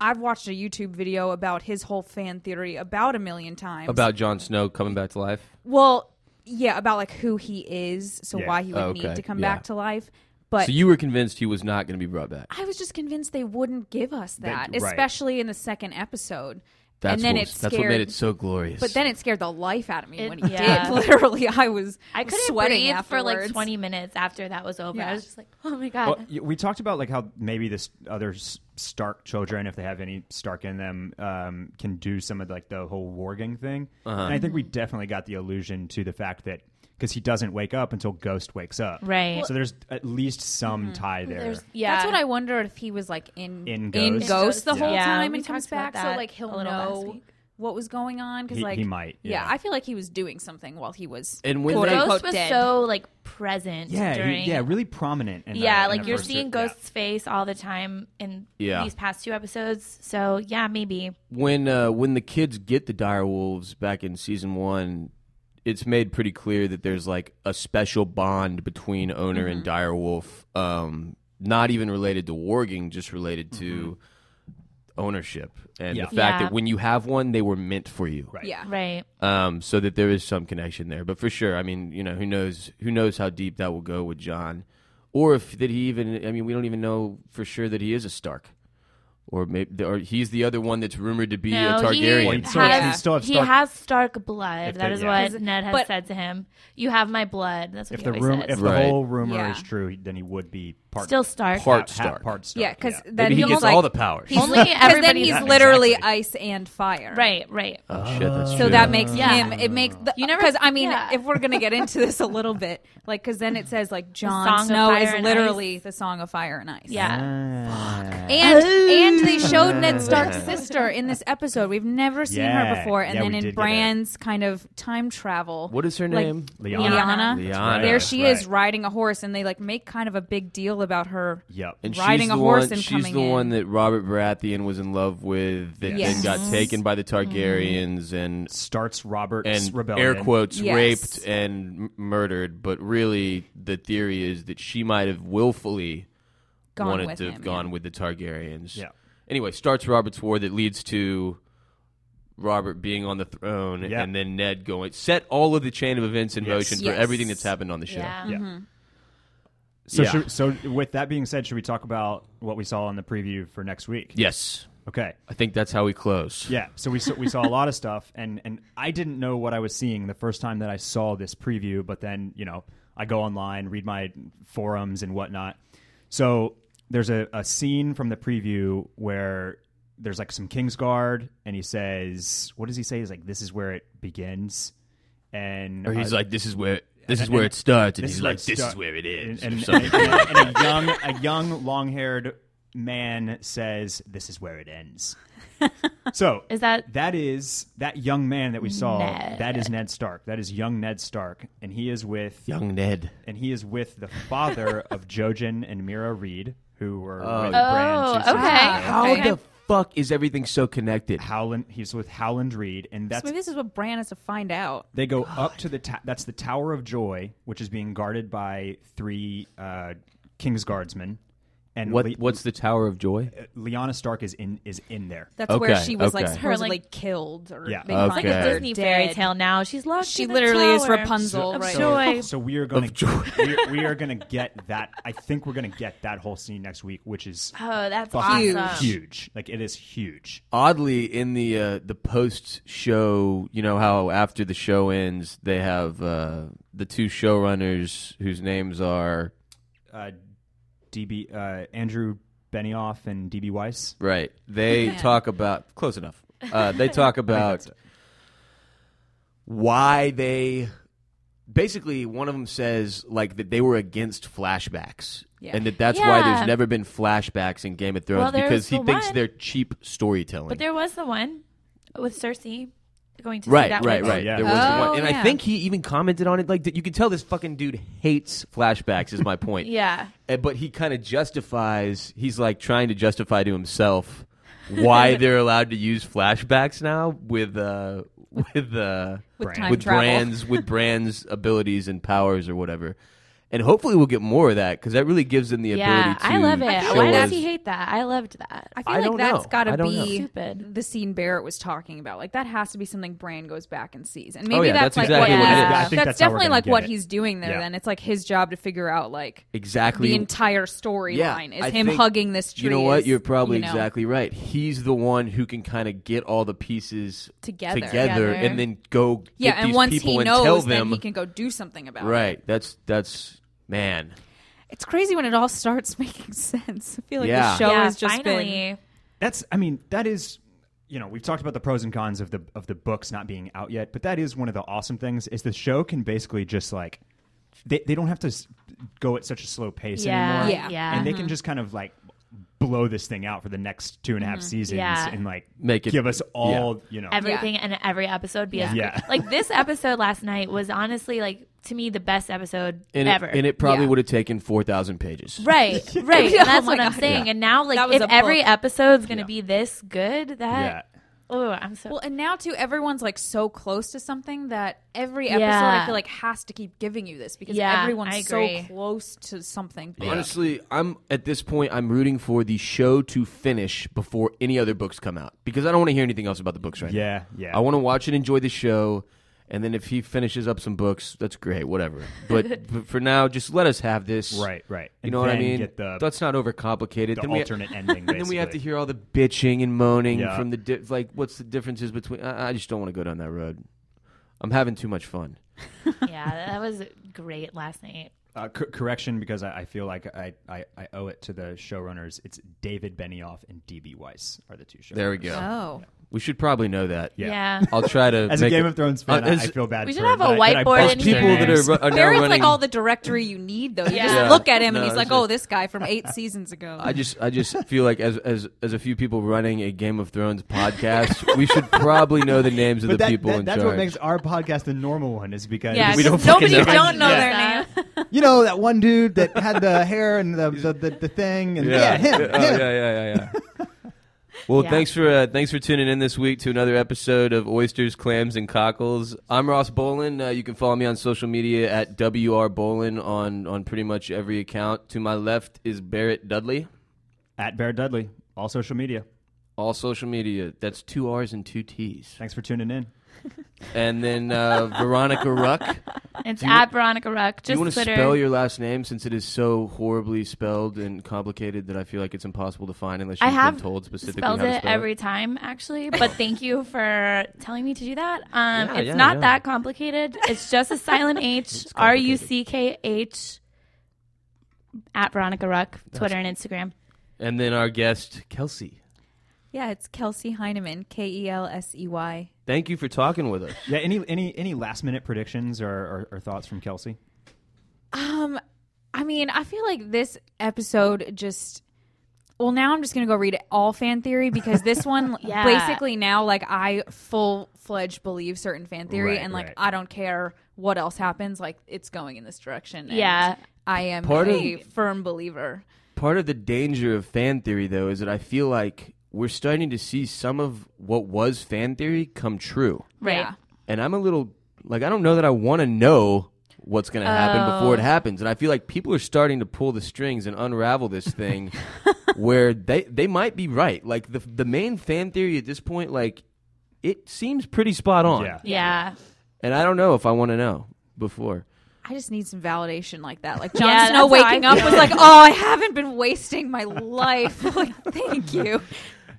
I've watched a YouTube video about his whole fan theory about a million times. About Jon Snow coming back to life. well, yeah, about like who he is, so Yeah. why he would Oh, Okay, need to come yeah. back to life. But So you were convinced he was not going to be brought back. I was just convinced they wouldn't give us that, right. especially in the second episode. That's and then what it was- scared, that's what made it so glorious. But then it scared the life out of me It- when he yeah. did. [LAUGHS] Literally, I was I couldn't sweating breathe afterwards. for like 20 minutes after that was over. Yeah. I was just like, oh my god. Well, y- we talked about like how maybe this other s- Stark children, if they have any Stark in them, um, can do some of like the whole warging thing. Uh-huh. And I think we definitely got the allusion to the fact that because he doesn't wake up until Ghost wakes up, Right. So there's at least some tie there. There's- yeah, That's what I wonder if he was like in In in Ghost. Ghost the Yeah. whole Yeah, time we and comes talked about back, so that like he'll a little last know week. what was going on because He- like he might, yeah. I feel like he was doing something while he was And when quote they- unquote Ghost was dead. so like present yeah, he- during yeah, really prominent. In the- Yeah, in like the you're first- seeing yeah. Ghost's face all the time in Yeah. these past two episodes. So yeah, maybe. when uh, when the kids get the direwolves back in season one, it's made pretty clear that there's like a special bond between owner and direwolf. Um, not even related to warging, just related to ownership and Yeah. the fact Yeah. that when you have one, they were meant for you. Right. yeah. Right. Um, so that there is some connection there, but for sure, I mean, you know, who knows? Who knows how deep that will go with John, or if that he even? I mean, we don't even know for sure that he is a Stark, or maybe, or he's the other one that's rumored to be No, a he Targaryen. Wait, has, so if you still have he Stark- has Stark blood. If That they- is yeah. what Ned has But- said to him. You have my blood. That's what If he the always room, says. if Right. the whole rumor Yeah. is true, then he would be part Still Stark. Part half- half Stark. part Stark. Yeah, because yeah. then maybe he he's gets like, all the powers. he's- Only [LAUGHS] 'cause then everybody's- he's Yeah, literally exactly. ice and fire. right, right. oh shit, that's So true. that makes Yeah. him. It makes the, You never- because I mean, yeah. if we're gonna get into this a little bit, like because then it says like Song Jon of Snow Fire is and literally the Song of Fire and Ice. Yeah. Ah. and and Oh. they showed [LAUGHS] Ned Stark's sister in this episode. We've never seen her Yeah. before, and Yeah, then we in did get her. Bran's kind of time travel. what is her like- name? Lyanna. Lyanna. That's right. There That's she is riding a horse, and they like make kind of a big deal about her. Yep. and riding she's a the horse one, and she's coming the in. one that Robert Baratheon was in love with, that Yes. Mm-hmm. then got taken by the Targaryens and starts Robert's and rebellion. air quotes Yes. raped and m- murdered, but really the theory is that she might have willfully Gone wanted with to him, have gone yeah. with the Targaryens. Yeah. Anyway, starts Robert's war that leads to Robert being on the throne, Yeah. and then Ned going set all of the chain of events in Yes. motion Yes. for everything that's happened on the show. Yeah. Yeah. So, Yeah. should- so with that being said, should we talk about what we saw in the preview for next week? Yes, Okay. I think that's how we close. Yeah. So we saw, we saw a lot of stuff, and and I didn't know what I was seeing the first time that I saw this preview, but then you know I go online, read my forums and whatnot. So there's a, a scene from the preview where there's like some Kingsguard, and he says, "What does he say? He's like, this is where it begins." And Or he's uh, like, "This is where this is where it starts," and This he's is where like, it "This start- is where it is." And, or and- something. and- and a young, a young, long-haired man says, "This is where [LAUGHS] it ends." So Is that that is that young man that we saw. Ned. That is Ned Stark. That is young Ned Stark, and he is with Young Ned. and he is with the father [LAUGHS] of Jojen and Mira Reed, who were with Oh, Bran. two seasons okay. ago. Ah, How Okay. the fuck is everything so connected? Howland, he's with Howland Reed, and So that's maybe this is what Bran has to find out. They go up to the ta- that's the Tower of Joy, which is being guarded by three uh, King's Guardsmen, and What Le- what's the Tower of Joy? Lyanna Stark is in is in there. That's where Okay, she was like okay. Her, like- supposedly killed, or Yeah. they Okay. like find a her Disney fairy dead. tale now? She's locked. She in the literally is tower. Rapunzel, Of right? joy. So we are going Of joy. to [LAUGHS] we, we are going to get that. I think we're going to get that whole scene next week, which is Oh, that's fucking awesome. huge. Like it is huge. Oddly, in the uh, the post show, you know how after the show ends, they have uh, the two showrunners whose names are Uh, DB uh, Andrew Benioff and DB Weiss. right. They talk about close enough. Uh, [LAUGHS] they talk about why they basically one of them says like that they were against flashbacks Yeah. and that that's why Yeah. there's never been flashbacks in Game of Thrones Well, there's because he the thinks one- they're cheap storytelling. But there was the one with Cersei. going to see Right, that right, one. right. Yeah. There was the Oh, one, and I yeah. think he even commented on it. Like that- you can tell this fucking dude hates flashbacks. [LAUGHS] Is my point. Yeah. Uh, but he kind of justifies he's like trying to justify to himself [LAUGHS] why they're allowed to use flashbacks now with uh with uh With Brand. time with travel. brands with [LAUGHS] brands abilities and powers or whatever and hopefully we'll get more of that because that really gives them the yeah, ability to I love it. I feel show Why like- does us- he hate that? I loved that. I feel I like don't that's know. got I to don't know. be Stupid. the scene Barrett was talking about. Like that has to be something Brand goes back and sees, and Oh, maybe yeah, that's, that's like exactly what, what it he's- is. I think that's, that's how we're definitely gonna like get what it. he's doing there. Yeah. Then it's like his job to figure out like exactly the entire storyline is I him think- hugging this tree. you know what is, you're probably you know, exactly right he's the one who can kind of get all the pieces Together. Together. and then go Yeah, get and these once people he and knows, tell then them he can go do something about it. right that's that's man It's crazy when it all [LAUGHS] starts making sense. I feel like Yeah. the show yeah, has just finally. been That's I mean that is you know we've talked about the pros and cons of the of the books not being out yet, but that is one of the awesome things is the show can basically just like they they don't have to s- go at such a slow pace Yeah, anymore, Yeah. yeah. and they can just kind of like blow this thing out for the next two and a half seasons Mm-hmm. Yeah. and like Make it- give us all you know everything and every episode be as Yeah. quick. like this episode last night was honestly like to me the best episode and ever. it, and it probably Yeah. would have taken 4000 pages [LAUGHS] right, right. Yeah. And that's Oh my what I'm God. saying. And now, That like, was if a book. every episode's gonna Yeah. be this good, yeah. that oh, I'm so Well, and now too, everyone's like so close to something that every episode I Yeah. feel like has to keep giving you this because Yeah, I everyone's so agree. close to something. big. Honestly, I'm at this point. I'm rooting for the show to finish before any other books come out because I don't want to hear anything else about the books right Yeah, now. yeah. I want to watch and enjoy the show, and then if he finishes up some books, that's great. Whatever. But, [LAUGHS] but for now, just let us have this. Right, right. You And know what I then mean? get the- Let's not overcomplicate it. the then alternate we, ending. and [LAUGHS] then we have to basically. hear all the bitching and moaning Yeah. from the di- like. What's the differences between? I, I just don't want to go down that road. I'm having too much fun. yeah, that was great last night. Uh, cor- correction, because I, I feel like I, I, I owe it to the showrunners. It's David Benioff and DB Weiss are the two showrunners. There we go. oh, We should probably know that. [LAUGHS] Yeah. I'll try to [LAUGHS] As a make Game it- of Thrones fan, Uh, I, I as- feel bad. We should for have a that- that I whiteboard bought There's in two here. people that names. are, are Oh, now Barrett's running. like all the directory you need though. You Yeah. just Yeah. look at him No, and he's like, it's "Oh, just- this guy from eight [LAUGHS] seasons ago." I just, I just feel like as, as as a few people running a Game of Thrones podcast, we should probably know the names of But the that, people that- in that's charge. what makes our podcast the normal one is because Yeah, We don't just fucking nobody know. don't know Yeah. their name. you know that one dude that had the hair and the the, the, the thing and yeah, him, Oh, him. yeah, yeah, yeah, [LAUGHS] yeah. Well, Yeah. thanks for uh, thanks for tuning in this week to another episode of Oysters, Clams, and Cockles. I'm Ross Bolin. Uh, you can follow me on social media at WR Bolin on on pretty much every account. To my left is Barrett Dudley. At Barrett Dudley, all social media. All social media. That's two R's and two T's. Thanks for tuning in. And then [LAUGHS] uh, Veronica Ruck. It's Do you- at Veronica Ruck. Do Just you want to Twitter. spell your last name since it is so horribly spelled and complicated that I feel like it's impossible to find unless you've I have been told specifically spelled how to it spell every it? time actually but thank you for telling me to do that um Yeah, it's yeah, not yeah. that complicated it's just [LAUGHS] a silent h complicated. r-u-c-k-h at veronica ruck twitter and instagram And then our guest Kelsey. yeah, it's Kelsey Heineman, K E L S E Y. Thank you for talking with us. Yeah. Any any any last minute predictions or, or, or thoughts from Kelsey? Um, I mean, I feel like this episode just. Well, now I'm just gonna go read all fan theory [LAUGHS] because this one, Yeah. basically, now like I full fledged believe certain fan theory, Right, and like right. I don't care what else happens, like it's going in this direction. and Yeah. I am Part of- a firm believer. Part of the danger of fan theory though is that I feel like we're starting to see some of what was fan theory come true. right Yeah. And I'm a little like I don't know that I want to know what's going to happen before Oh. it happens. And I feel like people are starting to pull the strings and unravel this thing where they they might be right. Like the the main fan theory at this point like it seems pretty spot on. Yeah. yeah And I don't know if I want to know before. I just need some validation like that. Like [LAUGHS] Jon Yeah, Snow that's how I waking up was feel. like, "Oh, I haven't been [LAUGHS] wasting my life." [LAUGHS] like, thank you.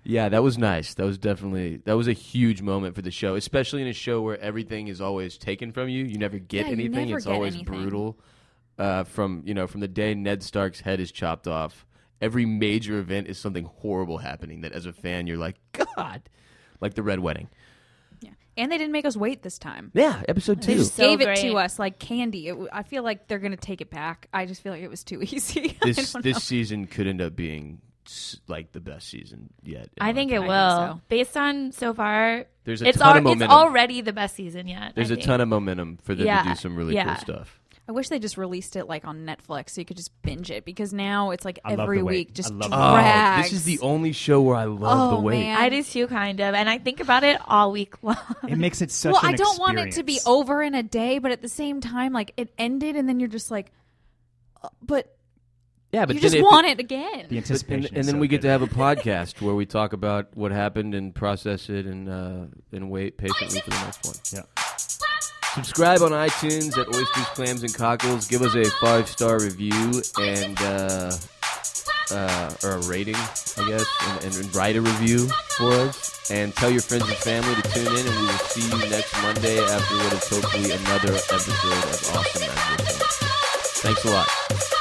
Yeah, that was nice. That was definitely that was a huge moment for the show, especially in a show where everything is always taken from you. You never get Yeah, you anything. never it's get always anything. brutal. Uh, from you know, from the day Ned Stark's head is chopped off, every major event is something horrible happening. That as a fan, you're like, [LAUGHS] God, like the Red Wedding. Yeah. And they didn't make us wait this time. Yeah, episode They two. just [LAUGHS] So gave it great. to us like candy. It, w- I feel like they're gonna take it back. I just feel like it was too [LAUGHS] easy. I This don't this season could end up being s- like the best season yet. in I my think it opinion. will. so. Based on so far, There's a it's, ton al- of momentum. it's already the best season yet. There's a a ton of momentum for them Yeah, to do some really yeah. cool stuff. I wish they just released it like on Netflix so you could just binge it because now it's like I love every the wait. week I just love the wait. drags. Oh, this is the only show where I love Oh, the wait. man. I do too, kind of, and I think about it all week [LAUGHS] long. It makes it such. well, an I don't want it to be experience. over in a day, but at the same time, like it ended, and then you're just like, uh, but, Yeah, but you then just if want it- it The again. but- anticipation, and, is and then so we get good. to [LAUGHS] have a podcast where we talk about what happened and process it and uh, and wait patiently for the next one. Yeah. Subscribe on iTunes at Oysters, Clams, and Cockles. Give us a five star review and uh, uh, or a rating, I guess, and, and, and write a review for us. And tell your friends and family to tune in, and we will see you next Monday after what is hopefully another episode of Awesome As This One. Thanks a lot.